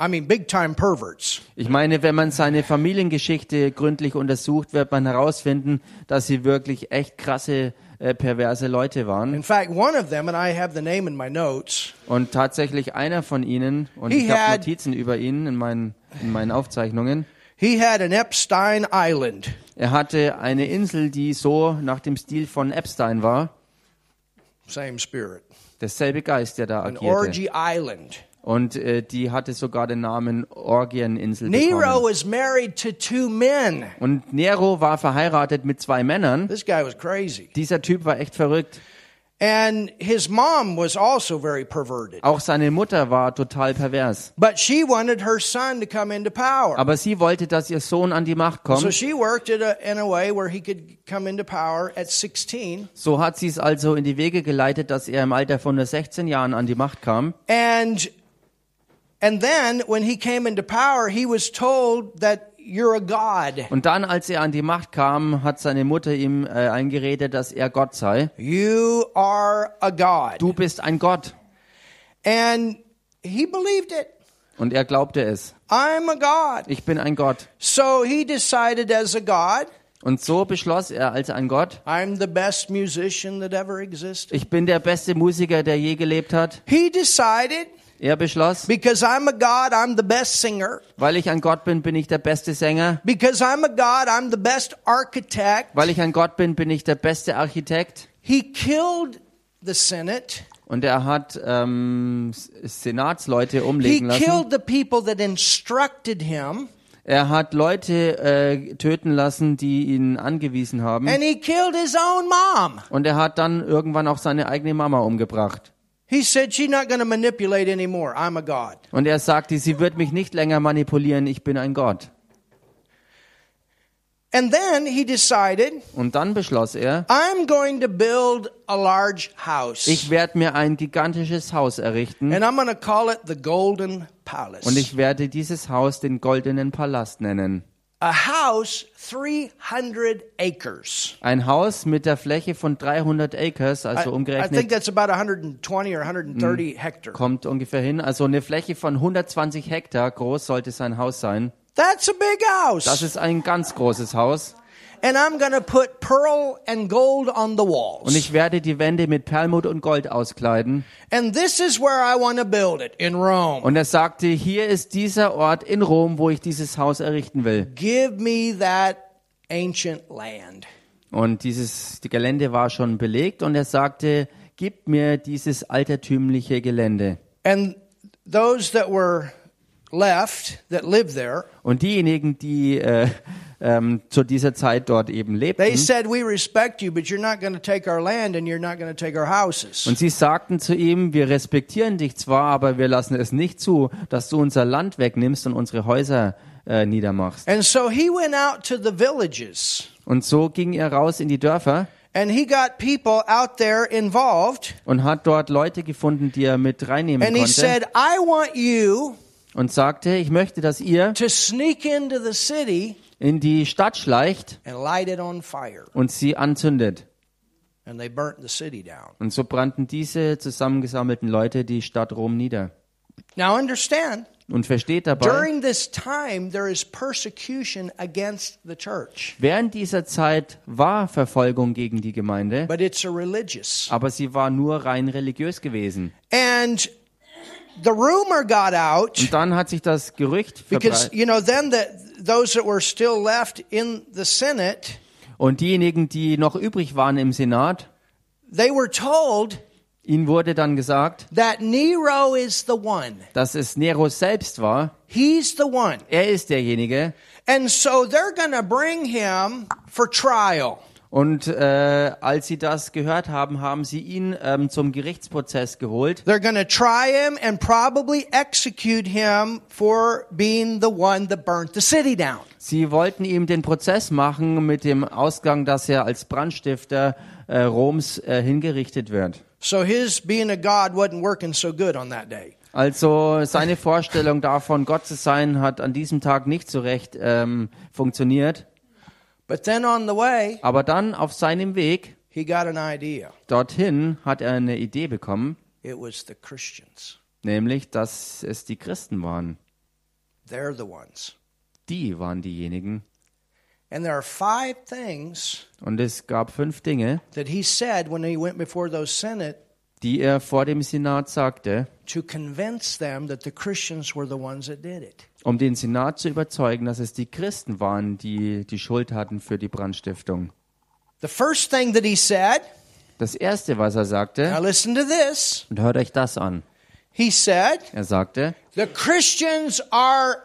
I mean, big time perverts.
Ich meine, wenn man seine Familiengeschichte gründlich untersucht, wird man herausfinden, dass sie wirklich echt krasse, äh, perverse Leute
In
waren.
fact, one of them, and I have the name in my notes,
Und tatsächlich einer von ihnen, und
He
ich habe
had-
Notizen über ihn in meinen, in meinen Aufzeichnungen,
he had an Epstein Island.
er hatte eine Insel, die so nach dem Stil von Epstein war.
Same spirit.
Derselbe Geist, der da
An
agierte.
orgy island.
Und äh, die hatte sogar den Namen Orgieninsel bekommen.
Nero was married to two men.
Und Nero war verheiratet mit zwei Männern.
This guy was crazy.
Dieser Typ war echt verrückt.
And his mom was also very perverted.
Auch seine Mutter war total pervers.
But she wanted her son to come into power.
Aber sie wollte, dass ihr Sohn an die Macht
So
kommt.
she worked it a, in a way where he could come into power at 16.
So hat sie es also in die Wege geleitet, dass er im Alter von nur 16 Jahren an die Macht kam.
And and then when he came into power, he was told that you're a god.
Und dann, als er an die Macht kam, hat seine Mutter ihm äh, eingeredet, dass er Gott sei.
You are a god.
Du bist ein Gott.
And he believed it.
Und er glaubte es.
I'm a god.
Ich bin ein Gott.
So he decided as a god,
Und so beschloss er als ein Gott.
I'm the best musician that ever existed.
Ich bin der beste Musiker, der je gelebt hat.
He decided
Er beschloss,
because I'm a god, I'm the best singer.
weil ich ein Gott bin, bin ich der beste Sänger.
Because I'm a god, I'm the best architect.
Weil ich ein Gott bin, bin ich der beste Architekt.
He killed the Senate.
Und er hat ähm, S- Senatsleute
He
umlegen lassen.
killed the people that instructed him.
Er hat Leute äh, töten lassen, die ihn angewiesen haben.
And he killed his own mom.
Und er hat dann irgendwann auch seine eigene Mama umgebracht.
He said, She's not going to manipulate anymore. I'm a God.
Und er sagte, sie wird mich nicht länger manipulieren, ich bin ein Gott.
And then he decided,
Und dann beschloss er,
I'm going to build a large house.
ich werde mir ein gigantisches Haus errichten
and I'm going to call it the Golden Palace.
und ich werde dieses Haus den goldenen Palast nennen.
a house 300 acres.
Ein Haus mit der Fläche von 300 Acres, also
I think
umgerechnet, Mm.
that's about 120 or 130 hectares.
kommt ungefähr hin. Also eine Fläche von 120 Hektar groß sollte sein Haus sein.
That's a big
Das
house.
ist ein ganz großes Haus.
And I'm going to put pearl and gold on the
Und
walls.
ich werde die Wände mit Perlmut und Gold auskleiden.
And this is where I want to build it in Rome.
Und er sagte, hier ist dieser Ort in Rom, wo ich dieses Haus errichten will.
Give me that ancient land.
Und dieses die Gelände war schon belegt und er sagte, gib mir dieses altertümliche Gelände.
And those that were left that lived there,
Und diejenigen, die äh, ähm, zu dieser Zeit dort eben
they
lebten,
said, We respect you, but you're not going to take our land and you're not going to take our houses.
und sie sagten zu ihm, wir respektieren dich zwar, aber wir lassen es nicht zu, dass du unser Land wegnimmst und unsere Häuser äh, niedermachst.
And so he went out to the villages
Und so ging er raus in die Dörfer
and he got people out there involved.
und hat dort Leute gefunden, die er mit reinnehmen
And he
konnte
said, I want you
und sagte, ich möchte, dass ihr
to sneak into the city
in die Stadt schleicht
and light it on fire.
und sie anzündet.
And they burnt the city down.
Und so brannten diese zusammengesammelten Leute die Stadt Rom nieder.
Now understand,
Und versteht dabei,
during this time, there is persecution against the church,
während dieser Zeit war Verfolgung gegen die Gemeinde,
but it's a religious.
aber sie war nur rein religiös gewesen.
And the rumor got out
Und dann hat sich das Gerücht
because
verbreitet.
you know then the those that were still left in the Senate,
Und diejenigen, die noch übrig waren im Senat,
they were told
ihnen wurde dann gesagt,
that Nero is the one.
dass es Nero selbst war.
He's the one.
Er ist derjenige.
And so they're going to bring him for trial.
Und äh, als sie das gehört haben, haben sie ihn ähm, zum Gerichtsprozess geholt.
They're going to try him and probably execute him for being the one that burnt the city down.
Sie wollten ihm den Prozess machen mit dem Ausgang, dass er als Brandstifter äh, Roms äh, hingerichtet wird.
So his being a god wasn't working so good on that day.
Also seine Vorstellung davon, Gott zu sein, hat an diesem Tag nicht so recht ähm, funktioniert.
But then on the way,
Aber dann auf seinem Weg
he got an idea.
dorthin hat er eine Idee bekommen,
It was the Christians.
nämlich, dass es die Christen waren.
They're the ones.
Die waren diejenigen.
And there are five things
Und es gab fünf Dinge,
that he said when he went before those Senate
die er vor dem Senat sagte,
to convince them that the Christians were the ones that did it.
um den Senat zu überzeugen, dass es die Christen waren, die die Schuld hatten für die Brandstiftung.
The first thing that he said,
Das erste, was er
now
sagte,
listen to this.
und hört euch das an.
He said,
Er sagte,
the Christians are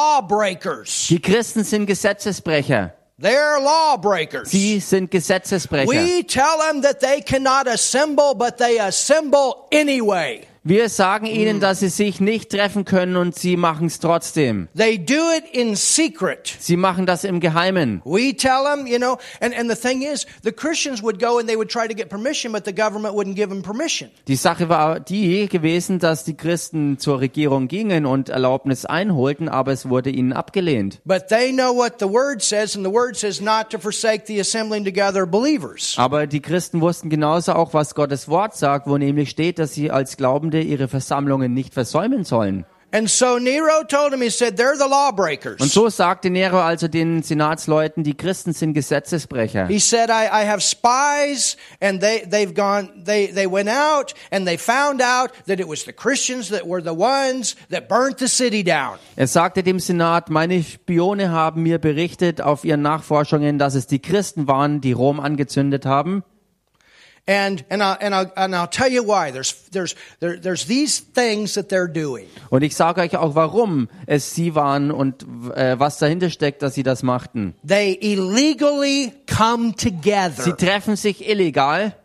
lawbreakers.
die Christen sind Gesetzesbrecher.
They're lawbreakers.
Sie sind Gesetzesbrecher.
We tell them that they cannot assemble, but they assemble anyway.
Wir sagen ihnen, dass sie sich nicht treffen können und sie machen es trotzdem.
They do it in secret.
Sie machen das im Geheimen.
We tell them, you know, and, and the thing is, the Christians would go and they would try to get permission, but the government wouldn't give them permission.
Die Sache war die gewesen, dass die Christen zur Regierung gingen und Erlaubnis einholten, aber es wurde ihnen abgelehnt.
But they know what the word says, and the word says not to forsake the assembling together of believers.
Aber die Christen wussten genauso auch, was Gottes Wort sagt, wo nämlich steht, dass sie als Glaubende ihre Versammlungen nicht versäumen sollen.
And so Nero told him, he said, they're the
Und
lawbreakers.
so sagte Nero also den Senatsleuten, die Christen sind Gesetzesbrecher.
He said, I, I have spies, and they, they've gone, they, they went out, and they found out that it was the Christians that were the ones that burnt the city down.
Er sagte dem Senat, meine Spione haben mir berichtet auf ihren Nachforschungen, dass es die Christen waren, die Rom angezündet haben.
And, and, I, and, I'll, and I'll tell you why. There's, there's, there, there's these things that they're doing.
Und ich sage euch auch, warum es sie waren und äh, was dahinter steckt, dass sie das machten.
They illegally come
Sie
together.
treffen sich illegal.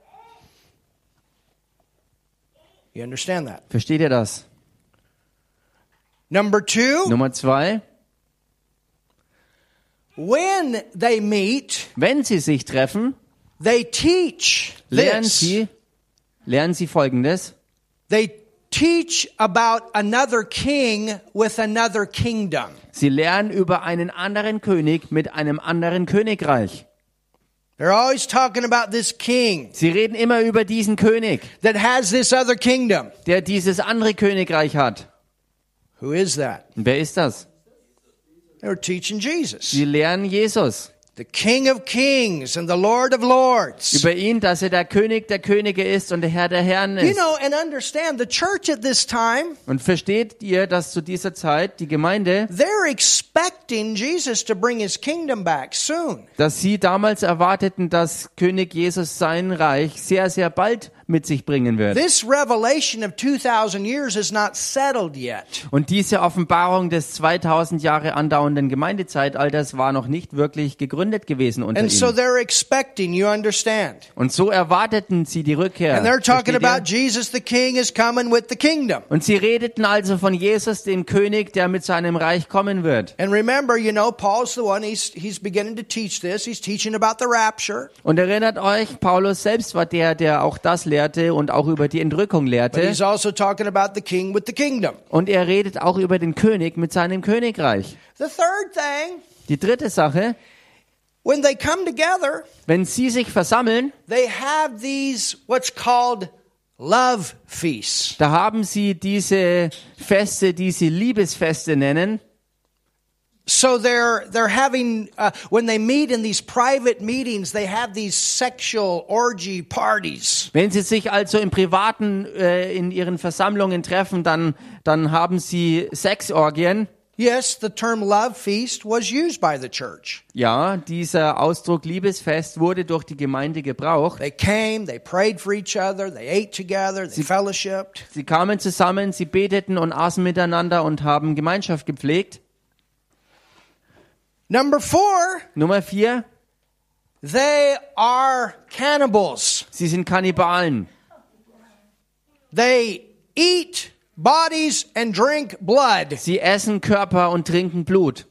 You understand that?
Versteht ihr das?
Number two,
Nummer zwei.
when they meet,
Wenn sie sich treffen,
they teach
lernen
this.
sie, lernen sie Folgendes.
They teach about another king with another kingdom.
Sie lernen über einen anderen König mit einem anderen Königreich.
They're always talking about this king
Sie reden immer über diesen König,
that has this other kingdom.
der dieses andere Königreich hat.
Who is that?
Und wer ist das?
They were teaching Jesus,
Sie lernen Jesus.
the King of Kings and the Lord of Lords.
Über ihn, dass er der König der Könige ist und der Herr der Herren
You
ist.
know, and understand the church at this time,
Und versteht ihr, dass zu dieser Zeit die Gemeinde,
they're expecting Jesus to bring his kingdom back soon.
dass sie damals erwarteten, dass König Jesus sein Reich sehr, sehr bald mit sich bringen wird.
This revelation of 2,000 years is not settled yet.
Und diese Offenbarung des 2000 Jahre andauernden Gemeindezeitalters war noch nicht wirklich gegründet gewesen unter
And so
ihnen.
they're expecting, you understand.
Und so erwarteten sie die Rückkehr.
And they're talking
Versteht ihr?
about Jesus the King is coming with the kingdom.
Und sie redeten also von Jesus, dem König, der mit seinem Reich kommen wird.
And remember, you know, Paul's the one, he's, he's beginning to teach this. He's teaching about the rapture.
Und erinnert euch, Paulus selbst war der, der auch das lehrte und auch über die Entrückung
But
lehrte.
he's also talking about the king with the kingdom.
Und er redet auch über den König mit seinem Königreich.
The third thing,
Die dritte Sache,
when they come together,
wenn sie sich versammeln,
they have these what's called love feasts.
da haben sie diese Feste, die sie Liebesfeste nennen.
So they're they're having uh, when they meet in these private meetings, they have these sexual orgy parties.
Wenn sie sich also im Privaten äh, in ihren Versammlungen treffen, dann, dann haben sie Sexorgien.
Yes, the term love feast was used by the church.
Ja, dieser Ausdruck Liebesfest wurde durch die Gemeinde gebraucht.
They came, they prayed for each other, they ate together, they fellowshipped.
Sie kamen zusammen, sie beteten und aßen miteinander und haben Gemeinschaft gepflegt.
Number four,
Nummer vier,
they are cannibals.
sie sind Kannibalen.
They eat bodies and drink blood.
Sie essen Körper und trinken Blut.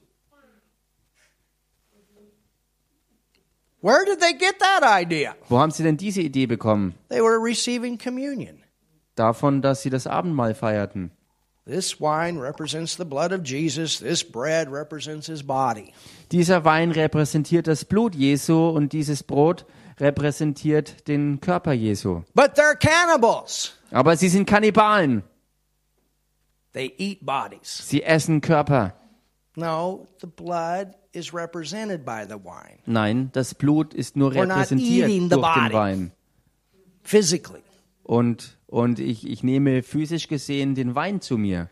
Where did they get that idea?
Wo haben sie denn diese Idee bekommen?
They were receiving communion.
Davon, dass sie das Abendmahl feierten.
This wine represents the blood of Jesus. This bread represents his body.
Dieser Wein repräsentiert das Blut Jesu und dieses Brot repräsentiert den Körper Jesu.
But they're cannibals.
Aber sie sind Kannibalen.
They eat bodies.
Sie essen Körper.
No, the blood is represented by the wine
Nein, das Blut ist nur
We're not
repräsentiert
eating the
durch
body.
den Wein.
physically.
Und, und ich, ich nehme physisch gesehen den Wein zu mir.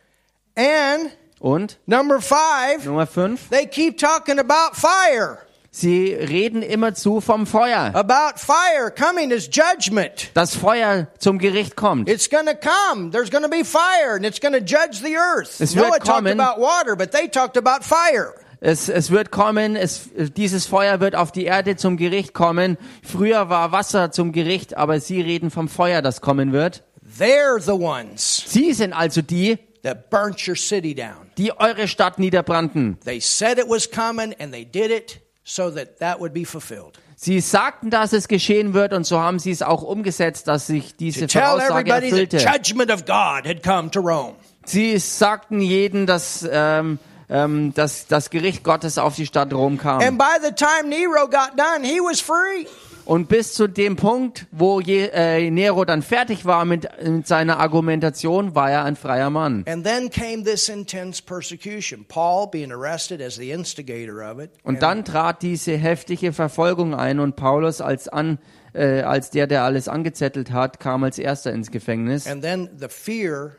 And
Und
number five,
Nummer fünf:
they keep talking about fire,
Sie reden immerzu vom Feuer.
about fire coming as judgment.
Das Feuer zum Gericht kommt.
It's going to come. There's going to be fire, and it's going to judge the earth.
Es wird
Noah talked
kommen.
about water, but they talked about fire.
Es, es wird kommen, es, dieses Feuer wird auf die Erde zum Gericht kommen. Früher war Wasser zum Gericht, aber Sie reden vom Feuer, das kommen wird.
They're the ones
Sie sind also die,
that burnt your city down.
die eure Stadt niederbrannten.
They said it was coming, and they did it so that that would be fulfilled.
Sie sagten, dass es geschehen wird und so haben Sie es auch umgesetzt, dass sich diese
Tell
Voraussage
everybody the
erfüllte.
judgment of God had come to Rome.
Sie sagten jeden, dass, ähm, ähm, dass das Gericht Gottes auf die Stadt Rom
And
kam.
by the time Nero got done, he was free.
Und bis zu dem Punkt, wo Je äh, Nero dann fertig war mit, mit seiner Argumentation, war er ein freier Mann.
And then came this intense persecution. Paul being arrested as the instigator of it.
Und dann trat diese heftige Verfolgung ein und Paulus als an äh, als der, der alles angezettelt hat, kam als erster ins Gefängnis.
And then the fear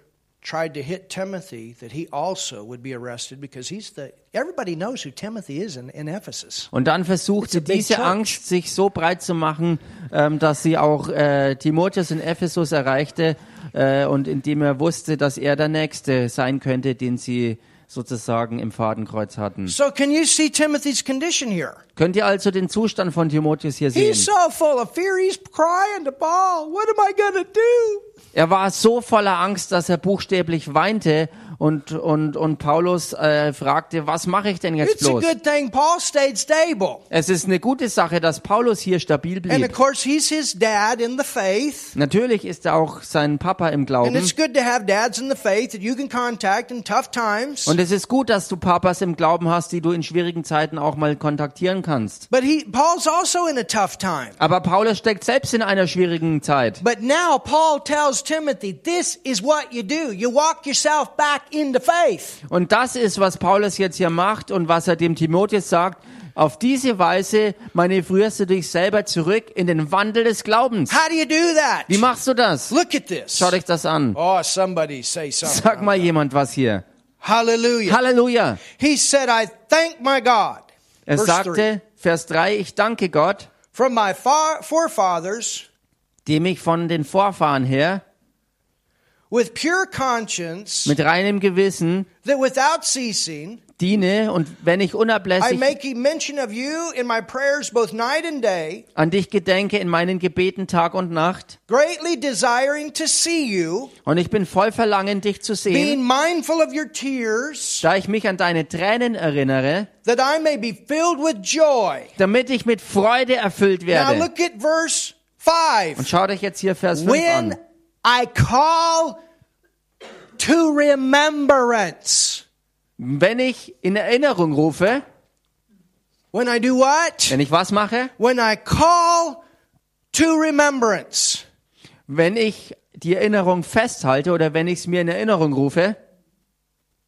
tried to hit Timothy that he also would be arrested because he's the everybody knows who Timothy is in, in Ephesus.
Und dann versuchte
It's a big
diese
church.
Angst, sich so breit zu machen, ähm, dass sie auch äh, Timotheus in Ephesus erreichte äh, und indem er wusste, dass er der Nächste sein könnte, den sie sozusagen im Fadenkreuz hatten.
So can you see Timothy's condition here?
Könnt ihr also den Hmm. Zustand von Timotheus hier sehen?
He's so full of fear, he's crying to Paul, What am I gonna do?
Er war so voller Angst, dass er buchstäblich weinte und, und, und Paulus äh, fragte, was mache ich denn jetzt
It's a
bloß?
good thing Paul stayed stable.
Es ist eine gute Sache, dass Paulus hier stabil
And of
blieb.
course, he's his dad in the faith.
Natürlich ist er auch sein Papa im
And
Glauben.
it's good to have dads in the faith that you can contact in tough times.
Und es ist gut, dass du Papas im Glauben hast, die du in schwierigen Zeiten auch mal kontaktieren kannst.
But he, Paul's also in a tough time.
Aber Paulus steckt selbst in einer schwierigen Zeit.
But now Paul tells Timothy, this is what you do. You walk yourself back into faith.
Und das ist, was Paulus jetzt hier macht und was er dem Timotheus sagt. Auf diese Weise manövrierst du dich selber zurück in den Wandel des Glaubens.
How do you do that?
Wie machst du das?
Look at this.
Schau dich das an.
Oh, somebody say something.
Sag mal jemand was hier.
Hallelujah.
Halleluja.
He said, I thank my God.
Er
Verse three.
sagte, Vers 3, ich danke Gott,
From my fa- forefathers,
dem ich von den Vorfahren her
with pure conscience,
mit reinem Gewissen
that without ceasing,
diene und wenn ich
I
unablässig
make mention of you in my prayers both night and day,
an dich gedenke in meinen Gebeten Tag und Nacht.
greatly desiring to see you,
Und ich bin voll verlangen, dich zu sehen,
being mindful of your tears,
da ich mich an deine Tränen erinnere,
that I may be filled with joy.
damit ich mit Freude erfüllt
Now
werde.
look at verse
Und
5.
schau dich jetzt hier Vers 5 an.
When I call to remembrance.
Wenn ich in Erinnerung rufe,
When I do what?
wenn ich was mache,
When I call to remembrance
wenn ich die Erinnerung festhalte oder wenn ich es mir in Erinnerung rufe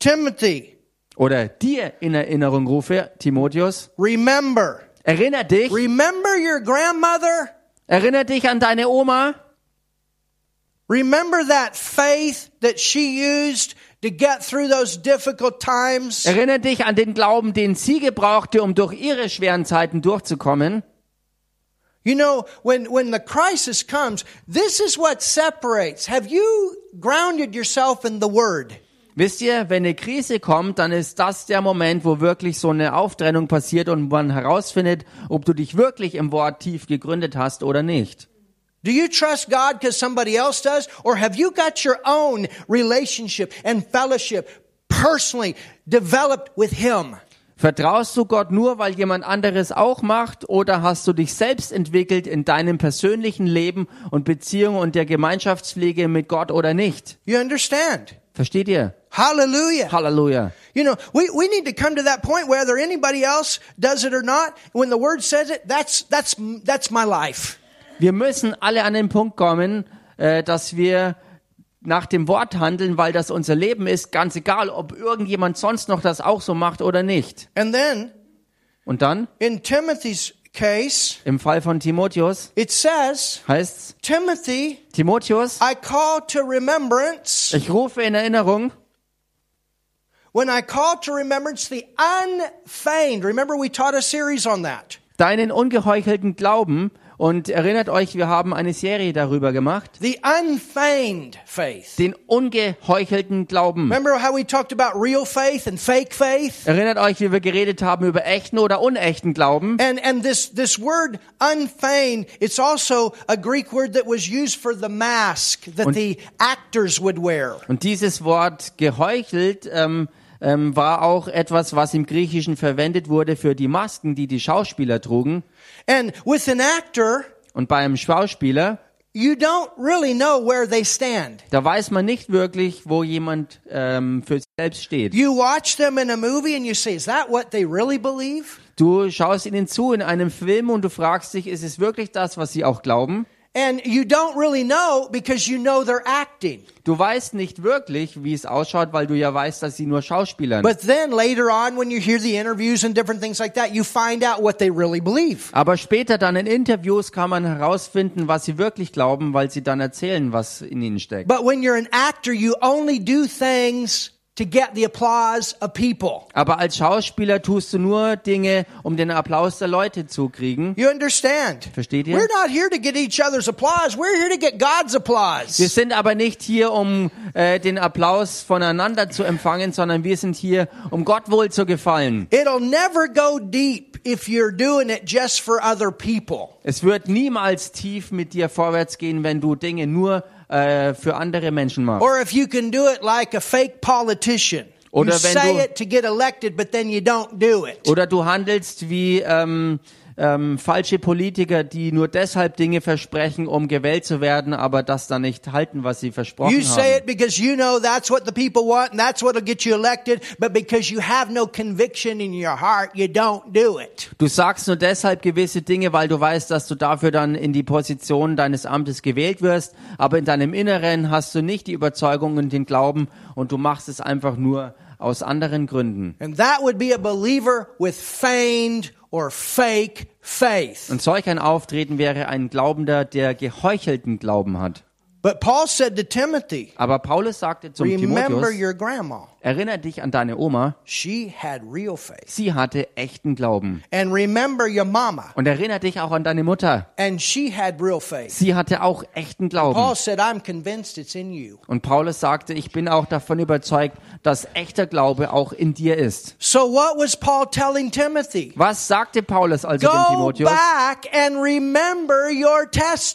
Timothy,
oder dir in Erinnerung rufe, Timotheus,
remember.
erinner dich,
Remember your grandmother.
erinner dich an deine Oma,
Remember that faith that she used to get through those difficult times.
erinner dich an den Glauben, den sie gebrauchte, um durch ihre schweren Zeiten durchzukommen.
You know, when, when the crisis comes, this is what separates. Have you grounded yourself in the Word?
Wisst ihr, wenn eine Krise kommt, dann ist das der Moment, wo wirklich so eine Auftrennung passiert und man herausfindet, ob du dich wirklich im Wort tief gegründet hast oder nicht.
Do you trust God because somebody else does? Or have you got your own relationship and fellowship personally developed with Him?
Vertraust du Gott nur, weil jemand anderes auch macht, oder hast du dich selbst entwickelt in deinem persönlichen Leben und Beziehung und der Gemeinschaftspflege mit Gott oder nicht?
You understand?
Versteht ihr?
Hallelujah.
Halleluja.
You know, we, we need to come to that point whether anybody else does it or not. When the Word says it, that's, that's, that's my life.
Wir müssen alle an den Punkt kommen, äh, dass wir nach dem Wort handeln, weil das unser Leben ist, ganz egal, ob irgendjemand sonst noch das auch so macht oder nicht.
And then,
Und dann,
in Timothy's case,
im Fall von Timotheus,
it says,
heißt's,
Timothy,
Timotheus,
I call to remembrance,
ich rufe in Erinnerung,
when I call to remembrance the unfeigned. Remember, we taught a series on that.
deinen ungeheuchelten Glauben und erinnert euch, wir haben eine Serie darüber gemacht,
The unfeigned faith.
den ungeheuchelten Glauben.
Remember how we talked about real faith and fake faith?
Erinnert euch, wie wir geredet haben über echten oder unechten Glauben.
And, and this, this word unfeigned, it's also a Greek word that was used for the mask that the actors would wear.
Und dieses Wort geheuchelt ähm, ähm, war auch etwas, was im Griechischen verwendet wurde für die Masken, die die Schauspieler trugen.
And with an actor,
Und bei einem Schauspieler,
you don't really know where they stand.
da weiß man nicht wirklich, wo jemand ähm, für sich selbst steht.
You watch them in a movie and you say, is that what they really believe?
Du schaust ihnen zu in einem Film und du fragst dich, ist es wirklich das, was sie auch glauben?
And you don't really know because you know they're acting.
Du weißt nicht wirklich, wie es ausschaut, weil du ja weißt, dass sie nur Schauspielern.
But then later on, when you hear the interviews and different things like that, you find out what they really believe.
Aber später dann in Interviews kann man herausfinden, was sie wirklich glauben, weil sie dann erzählen, was in ihnen steckt.
But when you're an actor, you only do things to get the applause of people.
Aber als Schauspieler tust du nur Dinge, um den Applaus der Leute zu kriegen.
You understand?
Versteht ihr?
We're not here to get each other's applause. We're here to get God's
Wir
applause.
sind aber nicht hier, um äh, den Applaus voneinander zu empfangen, sondern wir sind hier, um Gott wohl zu gefallen.
It'll never go deep if you're doing it just for other people.
Es wird niemals tief mit dir vorwärts gehen, wenn du Dinge nur äh, für andere Menschen machst.
Or if you can do it like a fake politician.
Oder
you
wenn
say
du-
it to get elected, but then you don't do it.
Oder du handelst wie ähm, ähm, falsche Politiker, die nur deshalb Dinge versprechen, um gewählt zu werden, aber das dann nicht halten, was sie versprochen
You say
haben.
it because you know that's what the people want and that's what'll get you elected, but because you have no conviction in your heart, you don't do it.
Du sagst nur deshalb gewisse Dinge, weil du weißt, dass du dafür dann in die Position deines Amtes gewählt wirst, aber in deinem Inneren hast du nicht die Überzeugung und den Glauben und du machst es einfach nur aus anderen Gründen.
And that would be a believer with feigned or fake faith.
Und solch ein Auftreten wäre ein Glaubender, der geheuchelten Glauben hat.
But Paul said to Timothy,
Aber Paulus sagte zum
remember
Timotheus,
your grandma.
erinnere dich an deine Oma,
She had real faith.
sie hatte echten Glauben.
And remember your mama.
Und erinnere dich auch an deine Mutter.
And she had real faith.
Sie hatte auch echten Glauben.
Paul said, I'm convinced it's in you.
Und Paulus sagte, ich bin auch davon überzeugt, dass echter Glaube auch in dir ist.
So what was Paul telling Timothy?
Was sagte Paulus also dem
Go
Timotheus?
back and remember your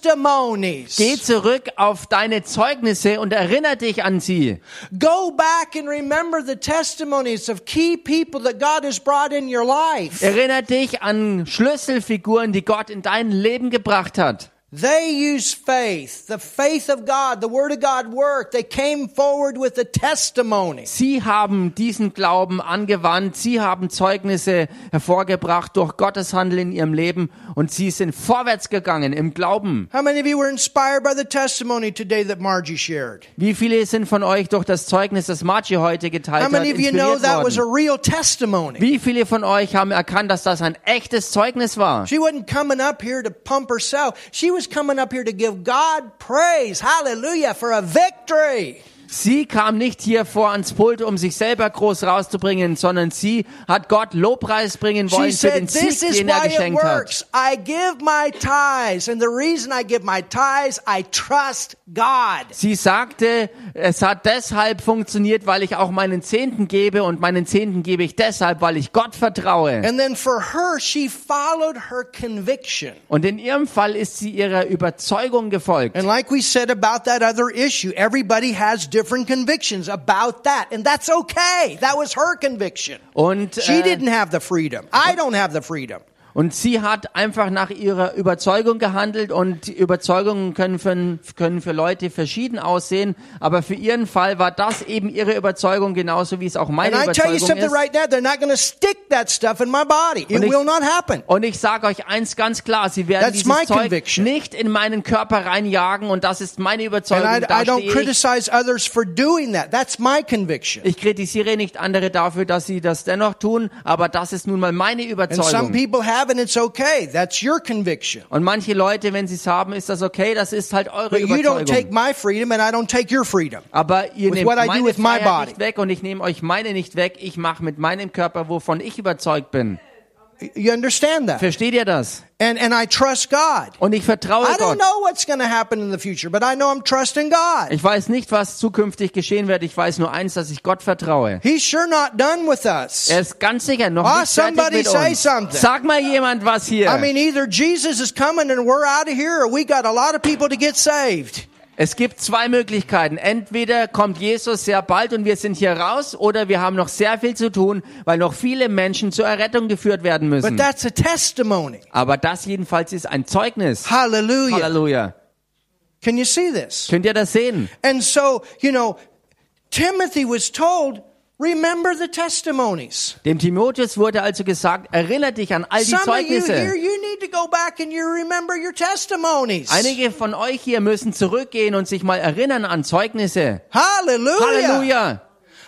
testimonies.
Geh zurück auf deine Zeugnisse und erinnere dich an sie.
Go back and remember the testimonies of key people that God has brought in your life.
Erinnere dich an Schlüsselfiguren, die Gott in dein Leben gebracht hat.
They use faith, the faith of God, the Word of God work. They came forward with a testimony.
Sie haben diesen Glauben angewandt, sie haben Zeugnisse hervorgebracht durch Gottes Handeln in ihrem Leben und sie sind vorwärts gegangen im Glauben.
How many of you were inspired by the testimony today that Margie shared?
Wie viele sind von euch durch das Zeugnis, das Margie heute geteilt
How
hat,
many of you know
inspiriert
that was a
worden?
real testimony?
Wie viele von euch haben erkannt, dass das ein echtes Zeugnis war?
She wasn't coming up here to pump herself. She was coming up here to give God praise. Hallelujah for a victory.
Sie kam nicht hier vor ans Pult, um sich selber groß rauszubringen, sondern sie hat Gott Lobpreis bringen
She
wollen für
said,
den Sieg,
This is
den er
why it
geschenkt hat.
works. I give my tithes. And the reason I give my tithes, I trust God.
Sie sagte, es hat deshalb funktioniert, weil ich auch meinen Zehnten gebe und meinen Zehnten gebe ich deshalb, weil ich Gott vertraue.
And then for her, she followed her conviction.
Und in ihrem Fall ist sie ihrer Überzeugung gefolgt.
And like we said about that other issue, everybody has different convictions about that. And that's okay. That was her conviction.
Und,
She
äh,
didn't have the freedom. I don't have the freedom.
und sie hat einfach nach ihrer Überzeugung gehandelt und die Überzeugungen können für, können für Leute verschieden aussehen, aber für ihren Fall war das eben ihre Überzeugung genauso wie es auch
And
meine
I tell you
Überzeugung
something
ist.
right now, they're not going to stick that stuff in my body. It
ich-
will not happen.
Und ich sage euch eins ganz klar, sie werden
That's my
dieses Zeug
conviction.
nicht in meinen Körper reinjagen und das ist meine
And
Überzeugung.
I,
da
I don't
stehe ich.
criticize others for doing that. That's my conviction.
Ich kritisiere nicht andere dafür, dass sie das dennoch tun, aber das ist nun mal meine
And some
Überzeugung.
people have, and it's okay. That's your conviction.
Und manche Leute, wenn sie es haben, ist das okay, das ist halt eure
But you don't take
Überzeugung.
my freedom, and I don't take your freedom.
Aber ihr
with
nehmt
what I do
meine
with my
Freiheit
body.
nicht weg und ich nehme euch meine nicht weg. Ich mache mit meinem Körper, wovon ich überzeugt bin.
You understand that?
Versteht ihr das?
And and I trust God.
Und ich vertraue
I don't
Gott.
know what's going to happen in the future, but I know I'm trusting God.
Ich weiß nicht, was zukünftig geschehen wird. Ich weiß nur eins, dass ich Gott vertraue.
He's sure not done with us.
Er ist ganz sicher noch
Ah,
nicht fertig
somebody
mit
say
uns.
something.
Sag mal jemand was hier.
I mean, either Jesus is coming and we're out of here, or we got a lot of people to get saved.
es gibt zwei Möglichkeiten. Entweder kommt Jesus sehr bald und wir sind hier raus, oder wir haben noch sehr viel zu tun, weil noch viele Menschen zur Errettung geführt werden
But
müssen.
that's a testimony.
Aber das jedenfalls ist ein Zeugnis.
Hallelujah.
Halleluja.
Can you see this?
Könnt ihr das sehen?
And so, you know, Timothy was told, remember the testimonies.
Dem Timotheus wurde also gesagt, erinnere dich an all die
Some of you here,
Zeugnisse.
you need to go back and you remember your testimonies.
Einige von euch hier müssen zurückgehen und sich mal erinnern an Zeugnisse.
Hallelujah.
Halleluja.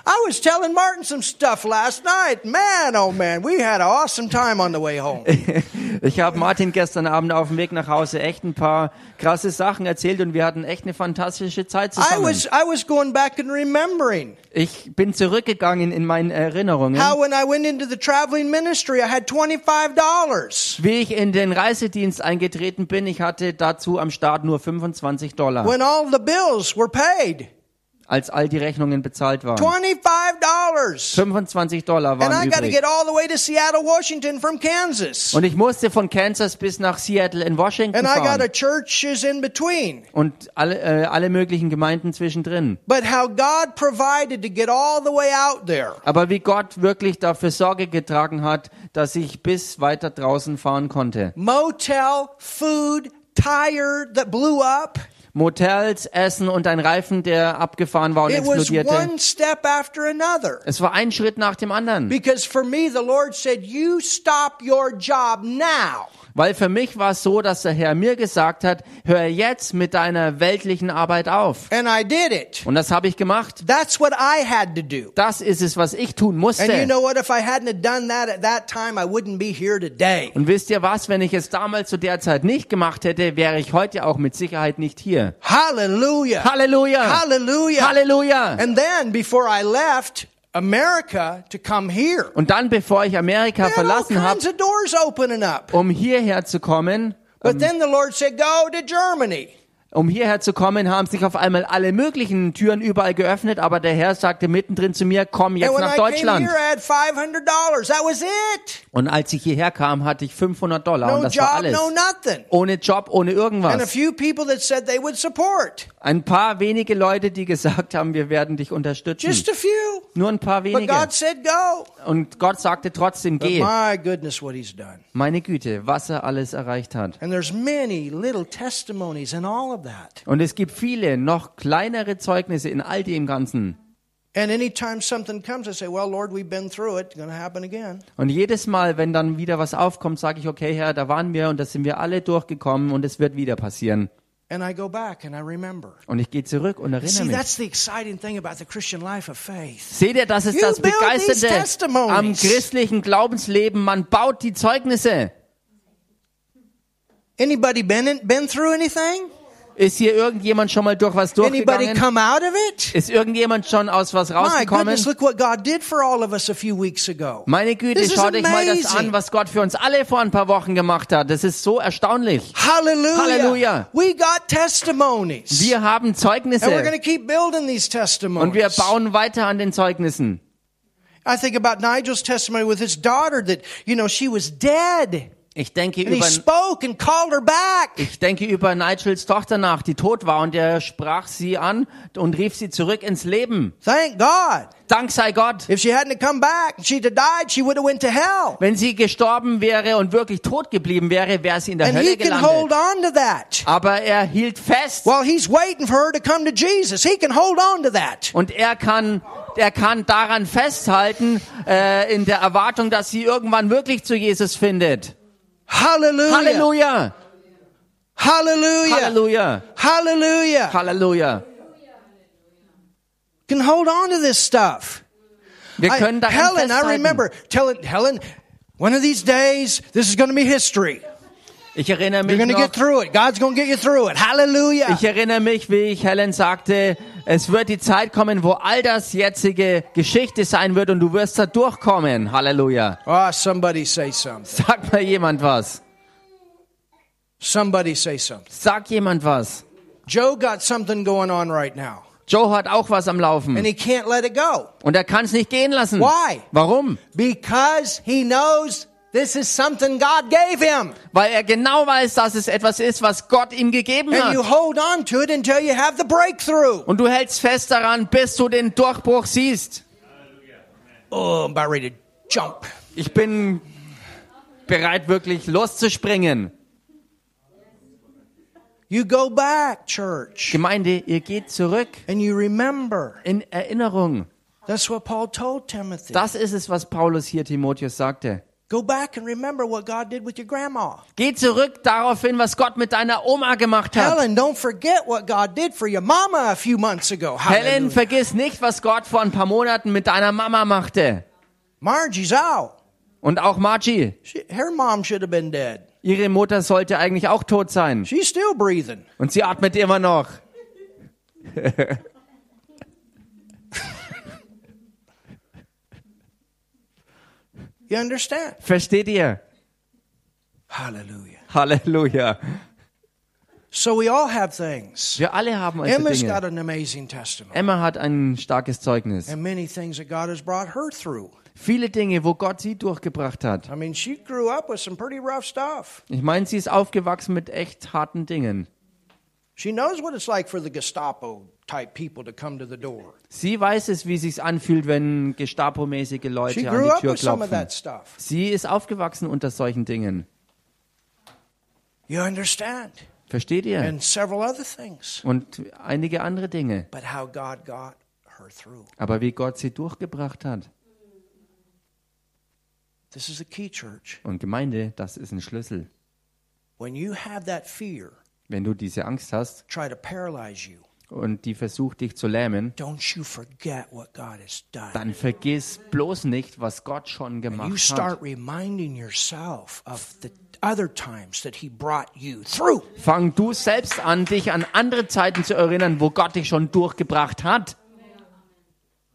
I was telling Martin some stuff last night. Man, oh man, we had an awesome time on the way home.
Ich habe Martin gestern Abend auf dem Weg nach Hause echt ein paar krasse Sachen erzählt und wir hatten echt eine fantastische Zeit
I
zusammen.
was I was going back and remembering
Ich bin zurückgegangen in meinen Erinnerungen,
how when I went into the traveling ministry, I had twenty five dollars.
wie ich in den Reisedienst eingetreten bin. Ich hatte dazu am Start nur 25 Dollar.
When all the bills were paid,
als all die Rechnungen bezahlt waren.
$25.
25 Dollar
And I
waren
got to
übrig.
get all the way to Seattle, Washington from Kansas.
Und ich musste von Kansas bis nach Seattle in Washington
And I got
fahren.
a churches in between.
Und alle, äh, alle möglichen Gemeinden zwischendrin.
But how God provided to get all the way out there.
Aber wie Gott wirklich dafür Sorge getragen hat, dass ich bis weiter draußen fahren konnte.
Motel, food, tire that blew up.
Motels, Essen und ein Reifen, der abgefahren war und
It was
explodierte.
one step after another.
Es war ein Schritt nach dem anderen.
Because for me, the Lord said, You stop your job now.
Weil für mich war es so, dass der Herr mir gesagt hat, hör jetzt mit deiner weltlichen Arbeit auf.
And I did it.
Und das habe ich gemacht.
That's what I had to do.
Das ist es, was ich tun
And you
musste.
know what? If I hadn't have done that at that time, I wouldn't be here today.
Und wisst ihr was, wenn ich es damals zu der Zeit nicht gemacht hätte, wäre ich heute auch mit Sicherheit nicht hier.
Hallelujah.
Halleluja!
Hallelujah.
Halleluja!
And then before I left America to come here,
Und dann, bevor ich Amerika
I had all
verlassen habe,
kinds of doors opening up.
um hierher zu kommen,
But then the Lord said, Go to Germany.
um hierher zu kommen, haben sich auf einmal alle möglichen Türen überall geöffnet, aber der Herr sagte mittendrin zu mir, komm
And
jetzt
when
nach
I came
Deutschland.
here, I had five hundred dollars. That was it.
Und als ich hierher kam, hatte ich 500 Dollar und
No
das war
job,
Oh, alles. Oh,
no nothing.
Ohne Job, ohne
And a
irgendwas.
few people that said they would support.
Ein paar wenige Leute, die gesagt haben, wir werden dich unterstützen.
Just a few.
Nur ein paar
But
wenige.
God said go.
Und Gott sagte trotzdem,
But
geh.
my goodness, what he's done.
Meine Güte, was er alles erreicht hat.
And there's many little testimonies in all of that.
Und es gibt viele noch kleinere Zeugnisse in all dem Ganzen.
And anytime something comes, I say, Well, Lord, we've been through it. It's going to happen again.
Und jedes Mal, wenn dann wieder was aufkommt, sage ich, okay, Herr, da waren wir und da sind wir alle durchgekommen und es wird wieder passieren.
And I go back and I remember.
Und ich gehe zurück und erinnere
See,
mich.
that's the exciting thing about the Christian life of faith.
Seht ihr, das ist
You
das
build these
Begeisterte
testimonies.
am christlichen Glaubensleben. Man baut die Zeugnisse.
Anybody been in, been through anything?
Ist hier irgendjemand schon mal durch was
Anybody
durchgegangen?
come out of it?
Ist irgendjemand schon aus was
My
rausgekommen?
goodness, look what God did for all of us a few weeks ago.
Meine Güte,
This is
schau dich mal das
amazing.
an, was Gott für uns alle vor ein paar Wochen gemacht hat. Das ist so erstaunlich.
Hallelujah.
Hallelujah.
We got testimonies.
Wir haben
and we're going
Zeugnisse
to keep building these testimonies.
und wir bauen weiter an den Zeugnissen.
I think about Nigel's testimony with his daughter that, you know, she was dead.
Ich denke
And he
über
spoke and called her back.
Ich denke über Nigels Tochter nach, die tot war, und er sprach sie an und rief sie zurück ins Leben.
Thank God.
Dank sei Gott.
If she hadn't have come back, she'd have died. She would have went to hell.
Wenn sie gestorben wäre und wirklich tot geblieben wäre, wäre sie in der
And
Hölle
he can hold
gelandet.
on to that.
Aber er hielt fest
While he's waiting for her to come to Jesus, he can hold on to that.
und er kann, er kann daran festhalten äh, in der Erwartung, dass sie irgendwann wirklich zu Jesus findet.
Hallelujah.
Halleluja,
Hallelujah.
Halleluja,
Hallelujah.
Halleluja.
Can hold on to this stuff.
Wir
I-
können daran
Helen, I
festhalten.
remember telling Helen, one of these days, this is going to be history.
Ich erinnere
You're
mich
going to
noch,
get through it. God's going to get you through it. Hallelujah.
Ich erinnere mich, wie ich Helen sagte, es wird die Zeit kommen, wo all das jetzige Geschichte sein wird und du wirst da durchkommen. Halleluja.
Ah, somebody say something.
Sag mal jemand was.
Somebody say something.
Sag jemand was.
Joe got something going on right now,
Joe hat auch was am
and
Laufen
he can't let it go
und er kann es nicht gehen lassen.
Why?
Warum?
because he knows this is something God gave him.
Weil er genau weiß, dass es etwas ist, was Gott ihm gegeben
And you
hat.
hold on to it until you have the breakthrough.
Und du hältst fest daran, bis du den Durchbruch siehst.
Oh, I'm about ready to jump.
Ich bin bereit, wirklich loszuspringen.
You go back, church,
Gemeinde, ihr geht zurück
and you remember.
in Erinnerung.
That's what Paul told Timothy.
Das ist es, was Paulus hier Timotheus sagte.
Go back and remember what God did with your grandma.
Geh zurück darauf hin, was Gott mit deiner Oma gemacht hat. Helen,
Helen, don't forget what God did for your mama a few months ago. Hallelujah.
vergiss nicht, was Gott vor ein paar Monaten mit deiner Mama machte.
Margie's out.
Und auch Margie.
She, her mom should have been dead.
Ihre Mutter sollte eigentlich auch tot sein.
She's still breathing.
Und sie atmet immer noch.
You understand?
Versteht ihr?
Hallelujah.
Halleluja.
So we all have things.
Wir alle haben also
Emma's
Dinge.
got an amazing testimony
Emma hat ein starkes Zeugnis.
and many things that God has brought her through.
Viele Dinge, wo Gott sie durchgebracht hat.
I mean, she grew up with some pretty rough stuff.
Ich meine, sie ist aufgewachsen mit echt harten Dingen.
She knows what it's like for the Gestapo type people to come to the door.
Sie weiß es, wie sich's anfühlt, wenn Gestapo-mäßige
She
Leute an
grew
die
up
Tür
with some of
klopfen.
that stuff.
Sie ist aufgewachsen unter solchen Dingen.
You understand?
Versteht ihr?
And several other things.
Und einige andere Dinge.
But how God got her through.
Aber wie Gott sie durchgebracht hat.
This is the key, church.
Und Gemeinde, das ist ein Schlüssel.
When you have that fear
Wenn du diese Angst hast
try to paralyze you,
und die versucht, dich zu lähmen,
don't you forget what God has done.
dann vergiss bloß nicht, was Gott schon
You
gemacht hat.
start reminding yourself of the other times that He brought you through.
Fang du selbst an, dich an andere Zeiten zu erinnern, wo Gott dich schon durchgebracht hat.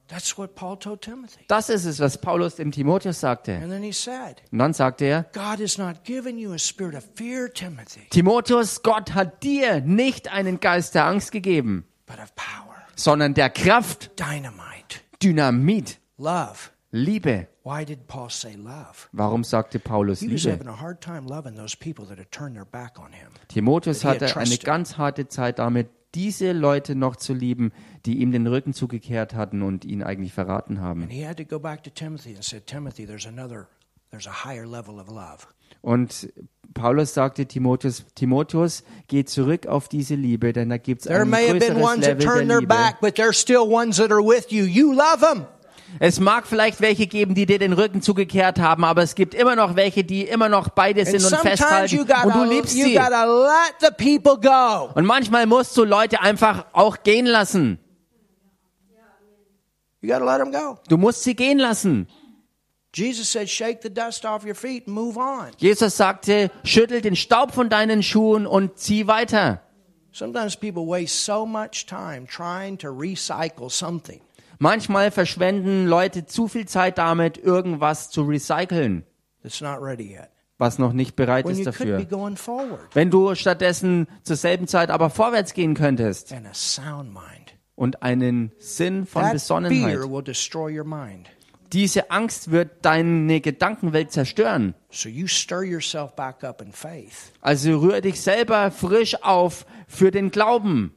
That's what Paul told Timothy.
Das ist es, was Paulus dem Timotheus sagte.
And then he said,
Und dann sagte er,
God has not given you a spirit of fear, Timothy,
Timotheus, Gott hat dir nicht einen Geist der Angst gegeben,
but of power,
sondern der Kraft,
dynamite,
Dynamit,
love.
Liebe.
Why did Paul say love?
Warum sagte Paulus
He was
Liebe?
having a hard time loving those people that had turned their back on him.
Timotheus
that he had
hatte eine
trusted.
ganz harte Zeit damit, diese Leute noch zu lieben, die ihm den Rücken zugekehrt hatten und ihn eigentlich verraten haben.
And he had to go back to Timothy and said, Timothy, there's another, there's a higher level of love.
Und Paulus sagte Timotheus, Timotheus, geh zurück auf diese Liebe, denn da gibt es
There
ein
may have been
größeres
ones that
Level
turned
der
their
Liebe.
back, but there's still ones that are with you. You love them.
Es mag vielleicht welche geben, die dir den Rücken zugekehrt haben, aber es gibt immer noch welche, die immer noch bei dir
And
sind und
sometimes
festhalten
you gotta,
und du liebst
you
sie.
gotta let the people go.
Und manchmal musst du Leute einfach auch gehen lassen.
You gotta let them go.
Du musst sie gehen lassen.
Jesus said, shake the dust off your feet and move on.
Jesus sagte, schüttel den Staub von deinen Schuhen und zieh weiter.
Sometimes people waste so much time trying to recycle something.
Manchmal verschwenden Leute zu viel Zeit damit, irgendwas zu recyceln,
that's not ready yet.
was noch nicht bereit
When
ist
you could be
dafür.
going forward
Wenn du stattdessen zur selben Zeit aber vorwärts gehen könntest
and a sound mind.
und einen Sinn von
That
Besonnenheit.
fear will destroy your mind.
Diese Angst wird deine Gedankenwelt zerstören.
So you stir yourself back up in faith.
Also rühr dich selber frisch auf für den Glauben.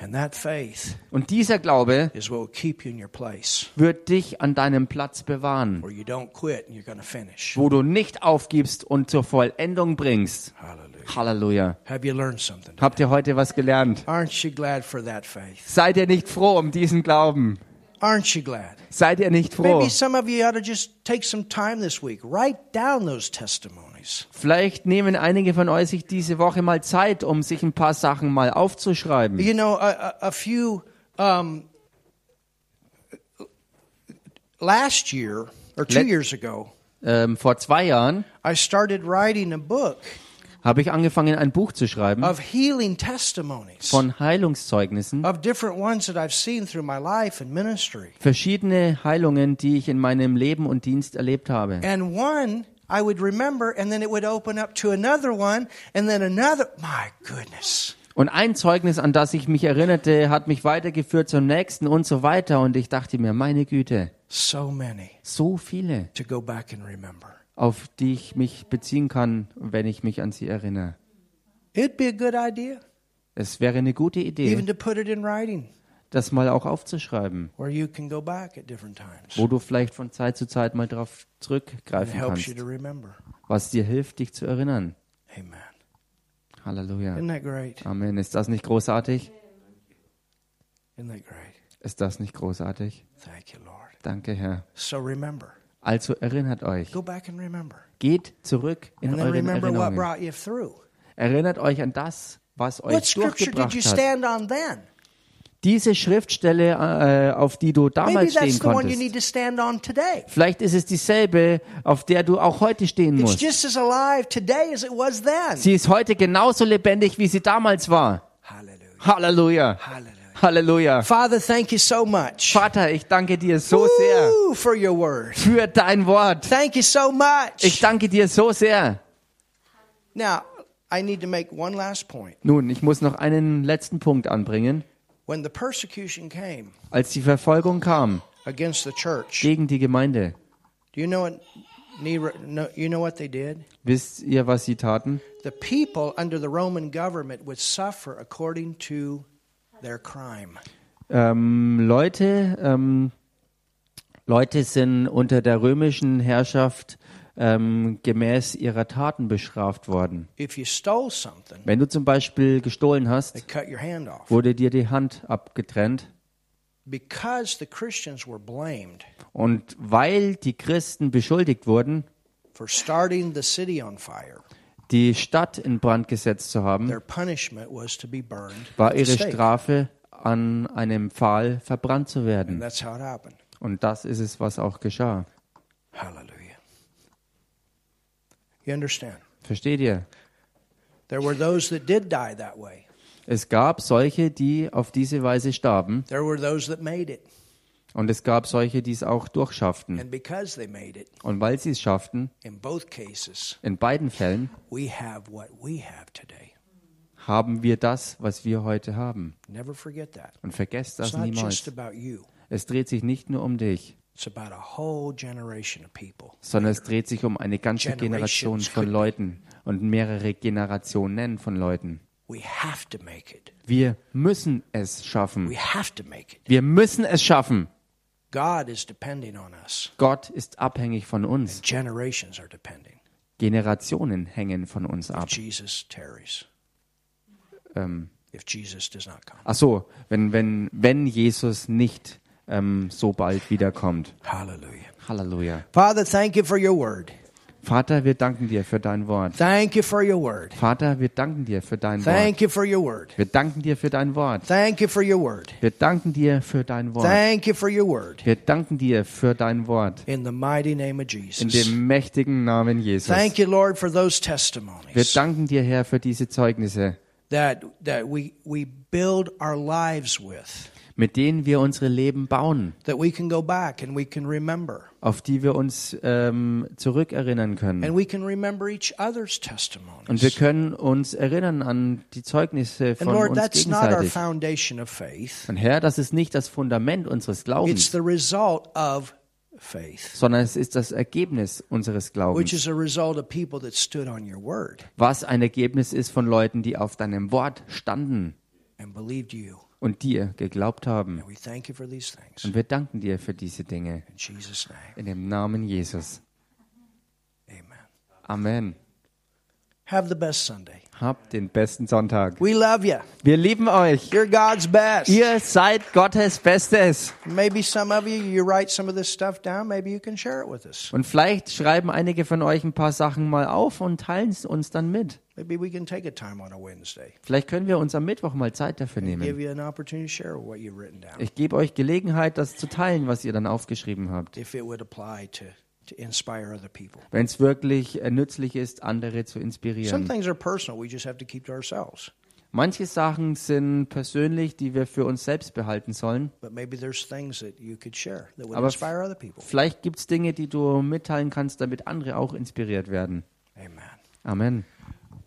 And that faith
Und dieser Glaube
is what will keep you in your place
wird dich an deinem Platz bewahren,
where you don't quit and you're going to finish.
wo du nicht aufgibst und zur Vollendung bringst.
Hallelujah.
Halleluja.
Have you learned something?
Habt ihr heute was gelernt?
Aren't you glad for that faith?
Seid ihr nicht froh um diesen Glauben?
Aren't you glad?
Seid ihr nicht froh?
Maybe some of you ought to just take some time this week, write down those testimonies.
Vielleicht nehmen einige von euch sich diese Woche mal Zeit, um sich ein paar Sachen mal aufzuschreiben.
You know, a, a, a few um, last year or two
Let-
years ago,
Ähm, vor zwei Jahren
I started writing a book
habe ich angefangen, ein Buch zu schreiben.
of healing testimonies
von Heilungszeugnissen,
of different ones that I've seen through my life and ministry.
verschiedene Heilungen, die ich in meinem Leben und Dienst erlebt habe.
And one I would remember, and then it would open up to another one, and then another. My goodness.
Und ein Zeugnis, an das ich mich erinnerte, hat mich weitergeführt zum nächsten und so weiter. Und ich dachte mir, meine Güte,
So many
so viele,
to go back and remember.
auf die ich mich beziehen kann, wenn ich mich an sie erinnere.
It'd be a good idea
Es wäre eine gute Idee,
even to put it in writing
das mal auch aufzuschreiben,
where you can go back at different times.
wo du vielleicht von Zeit zu Zeit mal drauf
It
zurückgreifen
helps you
kannst,
to remember.
was dir hilft, dich zu erinnern.
Amen.
Halleluja.
Isn't that great?
Amen. Ist das nicht großartig?
Isn't that great?
Ist das nicht großartig?
Thank you, Lord.
Danke, Herr.
So remember.
Also erinnert euch.
Go back and remember.
Geht zurück in
And then
euren
remember what
Erinnerungen.
brought you through.
Erinnert euch an das, was
What
euch
scripture did
durchgebracht
you
hat.
stand on then?
Diese Schriftstelle, äh, auf die du
Maybe
damals
that's
stehen
the one you need
konntest.
to stand on today.
Vielleicht ist es dieselbe, auf der du auch heute stehen
It's
musst.
just as alive today as it was then.
Sie ist heute genauso lebendig, wie sie damals war.
Hallelujah.
Halleluja.
Hallelujah.
Halleluja.
Father, thank you so much
Vater, ich danke dir so sehr
Woo, for your word.
für dein Wort.
Thank you so
Ich
much.
danke dir so sehr.
Now, I I need to make one last point.
Nun, ich muss noch einen letzten Punkt anbringen.
When the persecution came
Als die Verfolgung kam
against the church,
gegen die Gemeinde,
do you know what? Nero, no, you know what they did?
wisst ihr, was sie taten?
The people under the Roman government would suffer according to their crime.
Ähm, Leute, ähm, Leute sind unter der römischen Herrschaft ähm, gemäß ihrer Taten bestraft worden.
If you stole something,
Wenn du zum Beispiel gestohlen
they
hast,
cut your hand off.
wurde dir die Hand abgetrennt.
Because the Christians were blamed
Und weil die Christen beschuldigt wurden,
for starting the city on fire,
die Stadt in Brand gesetzt zu haben,
their punishment was to be burned.
war
at the
ihre
stake.
Strafe, an einem Pfahl verbrannt zu
And
werden.
that's how it happened.
Und das ist es, was auch geschah.
Hallelujah. You understand?
Versteht ihr?
There were those that did die that way.
Es gab solche, die auf diese Weise starben.
There were those that made it.
Und es gab solche, die es auch durchschafften.
And because they made it,
Und weil sie es schafften,
in both cases,
in beiden Fällen,
we have what we have today.
haben wir das, was wir heute haben.
Never forget that.
Und vergesst
It's
das
not just
niemals.
about you,
Es dreht sich nicht nur um dich,
it's about a whole generation of people.
sondern es dreht sich um eine ganze Generation von Leuten und mehrere Generationen von Leuten.
We have to make it.
Wir müssen es
We
schaffen.
have to make it.
Wir müssen es schaffen.
God is depending on us,
Gott ist abhängig von uns.
generations are depending.
Generationen hängen von uns ab.
Jesus tarries. if Jesus does not come.
Ach so, wenn, wenn, wenn Jesus nicht ähm, so bald wiederkommt.
Hallelujah.
Halleluja.
Father, thank you for your word.
Vater, wir danken dir für dein Wort.
Thank you for your word.
Vater, wir danken dir für dein Wort.
Thank you for your word.
Wir danken dir für dein Wort.
Thank you for your word.
Wir danken dir für dein Wort.
Thank you for your word.
Wir danken dir für dein Wort.
In the mighty name of
In
Jesus.
dem mächtigen Namen Jesus.
Thank you, Lord, for those
Wir
testimonies
danken dir, Herr, für diese Zeugnisse,
that, that we, we build our lives with,
mit denen wir unsere Leben bauen,
that we can go back and we can remember.
auf die wir uns ähm, zurückerinnern können.
And we can remember each other's
Und wir
testimonies.
können uns erinnern an die Zeugnisse
And
von
Lord,
uns
that's not our
gegenseitig.
foundation of faith,
Und Herr, das ist nicht das Fundament unseres
it's
Glaubens,
the result of faith.
sondern es ist das Ergebnis unseres
which
Glaubens,
is a result of people that stood on your word
was ein Ergebnis ist von Leuten, die auf deinem Wort standen
and believed you.
und dir geglaubt haben.
And we thank you for these things.
Und wir danken dir für diese Dinge.
In Jesus' name,
In dem Namen Jesus.
amen.
Amen.
Have the best Sunday.
Habt den besten Sonntag.
We love you.
Wir lieben euch.
You're God's best.
Ihr seid Gottes Bestes.
Maybe some of you, you write some of this stuff down. Maybe you can share it with us.
Und vielleicht schreiben einige von euch ein paar Sachen mal auf und teilen es uns dann mit.
Maybe we can take a time on a Wednesday,
Vielleicht können wir uns am Mittwoch mal Zeit dafür
give
nehmen.
you an opportunity to share what you've written down,
Ich gebe euch Gelegenheit, das zu teilen, was ihr dann aufgeschrieben habt.
if it would apply to, to inspire other people.
Wenn es wirklich äh, nützlich ist, andere zu
Some
inspirieren.
things are personal. We just have to keep to ourselves.
Manche Sachen sind persönlich, die wir für uns selbst behalten sollen.
But maybe there's things that you could share that would
Aber f-
inspire other people.
Vielleicht gibt es Dinge, die du mitteilen kannst, damit andere auch inspiriert werden.
Amen.
Amen.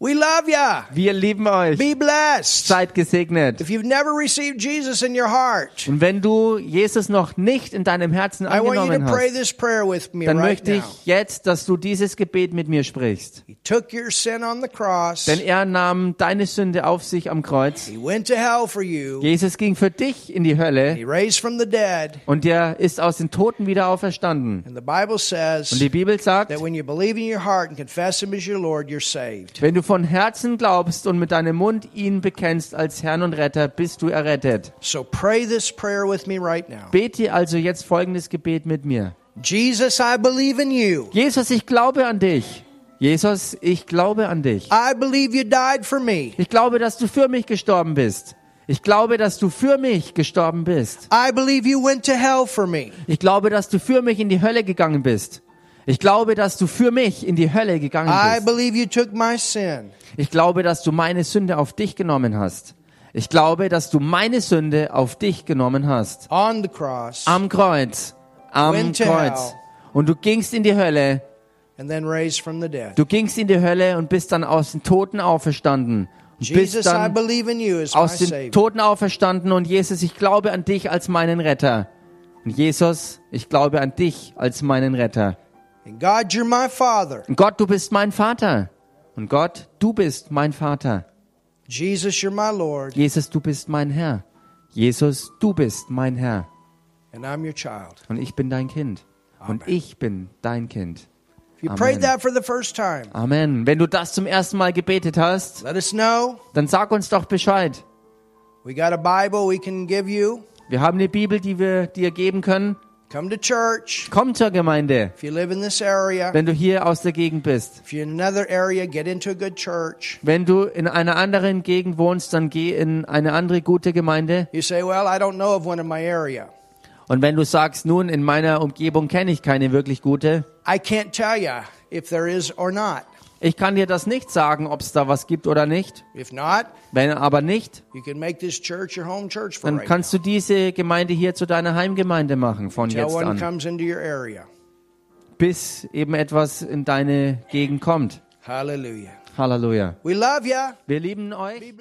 We love ya.
Wir lieben euch.
Be blessed.
Seid gesegnet.
If you've never received Jesus in your heart,
Und wenn du Jesus noch nicht in deinem Herzen
I want you to
angenommen
pray
hast,
this prayer with me
dann
right
möchte
now.
ich jetzt, dass du dieses Gebet mit mir sprichst.
He took your sin on the cross.
Denn er nahm deine Sünde auf sich am Kreuz.
He went to hell for you.
Jesus ging für dich in die Hölle
He raised from the dead.
und er ist aus den Toten wieder auferstanden.
And the Bible
Und
says
die Bibel sagt,
that when you believe in your heart and confess Him as your Lord, you're saved.
wenn du von Herzen glaubst und mit deinem Mund ihn bekennst als Herrn und Retter, bist du errettet.
So pray this prayer with me right now.
Bete also jetzt folgendes Gebet mit mir.
Jesus, I believe in you.
Jesus, ich glaube an dich. Jesus, ich glaube an dich.
I believe you died for me.
Ich glaube, dass du für mich gestorben bist. Ich glaube, dass du für mich gestorben bist.
I believe you went to hell for me.
Ich glaube, dass du für mich in die Hölle gegangen bist. Ich glaube, dass du für mich in die Hölle
I
gegangen bist.
believe you took my sin.
Ich glaube, dass du meine Sünde auf dich genommen hast. Ich glaube, dass du meine Sünde auf dich genommen hast.
On the cross.
Am Kreuz. Am
Went to
Kreuz.
hell.
Und du gingst in die Hölle
and then raised from the dead.
Du gingst in die Hölle und bist dann aus den Toten auferstanden. Und
Jesus,
bist
I
dann
believe in you as my
aus den
Savior.
Toten auferstanden und Jesus, ich glaube an dich als meinen Retter. Und Jesus, ich glaube an dich als meinen Retter.
And God, you're my Father.
Und Gott, du bist mein Vater. Und Gott, du bist mein Vater.
Jesus, you're my Lord.
Jesus, du bist mein Herr. Jesus, du bist mein Herr.
And I'm your child.
Und ich bin dein Kind. Und ich bin dein Kind.
If you
Amen.
prayed that for the first time,
Amen. Wenn du das zum ersten Mal gebetet hast,
let us know.
dann sag uns doch Bescheid.
We got a Bible we can give you.
Wir haben eine Bibel, die wir dir geben können.
Come to church.
Komm zur Gemeinde,
If you live in this area,
wenn du hier aus der Gegend bist.
if you're in another area, get into a good church.
Wenn du in einer anderen Gegend wohnst, dann geh in eine andere gute Gemeinde.
You say, Well, I don't know of one in my area.
Und wenn du sagst, nun, in meiner Umgebung kenne ich keine wirklich gute,
I can't tell you if there is or not.
ich kann dir das nicht sagen, ob es da was gibt oder nicht.
If not,
Wenn aber nicht,
you can make this church your home church for
dann
right now.
kannst du diese Gemeinde hier zu deiner Heimgemeinde machen von
Till
jetzt
one
an,
comes into your area.
bis eben etwas in deine Gegend kommt.
Hallelujah.
Halleluja.
We love you.
Wir lieben euch.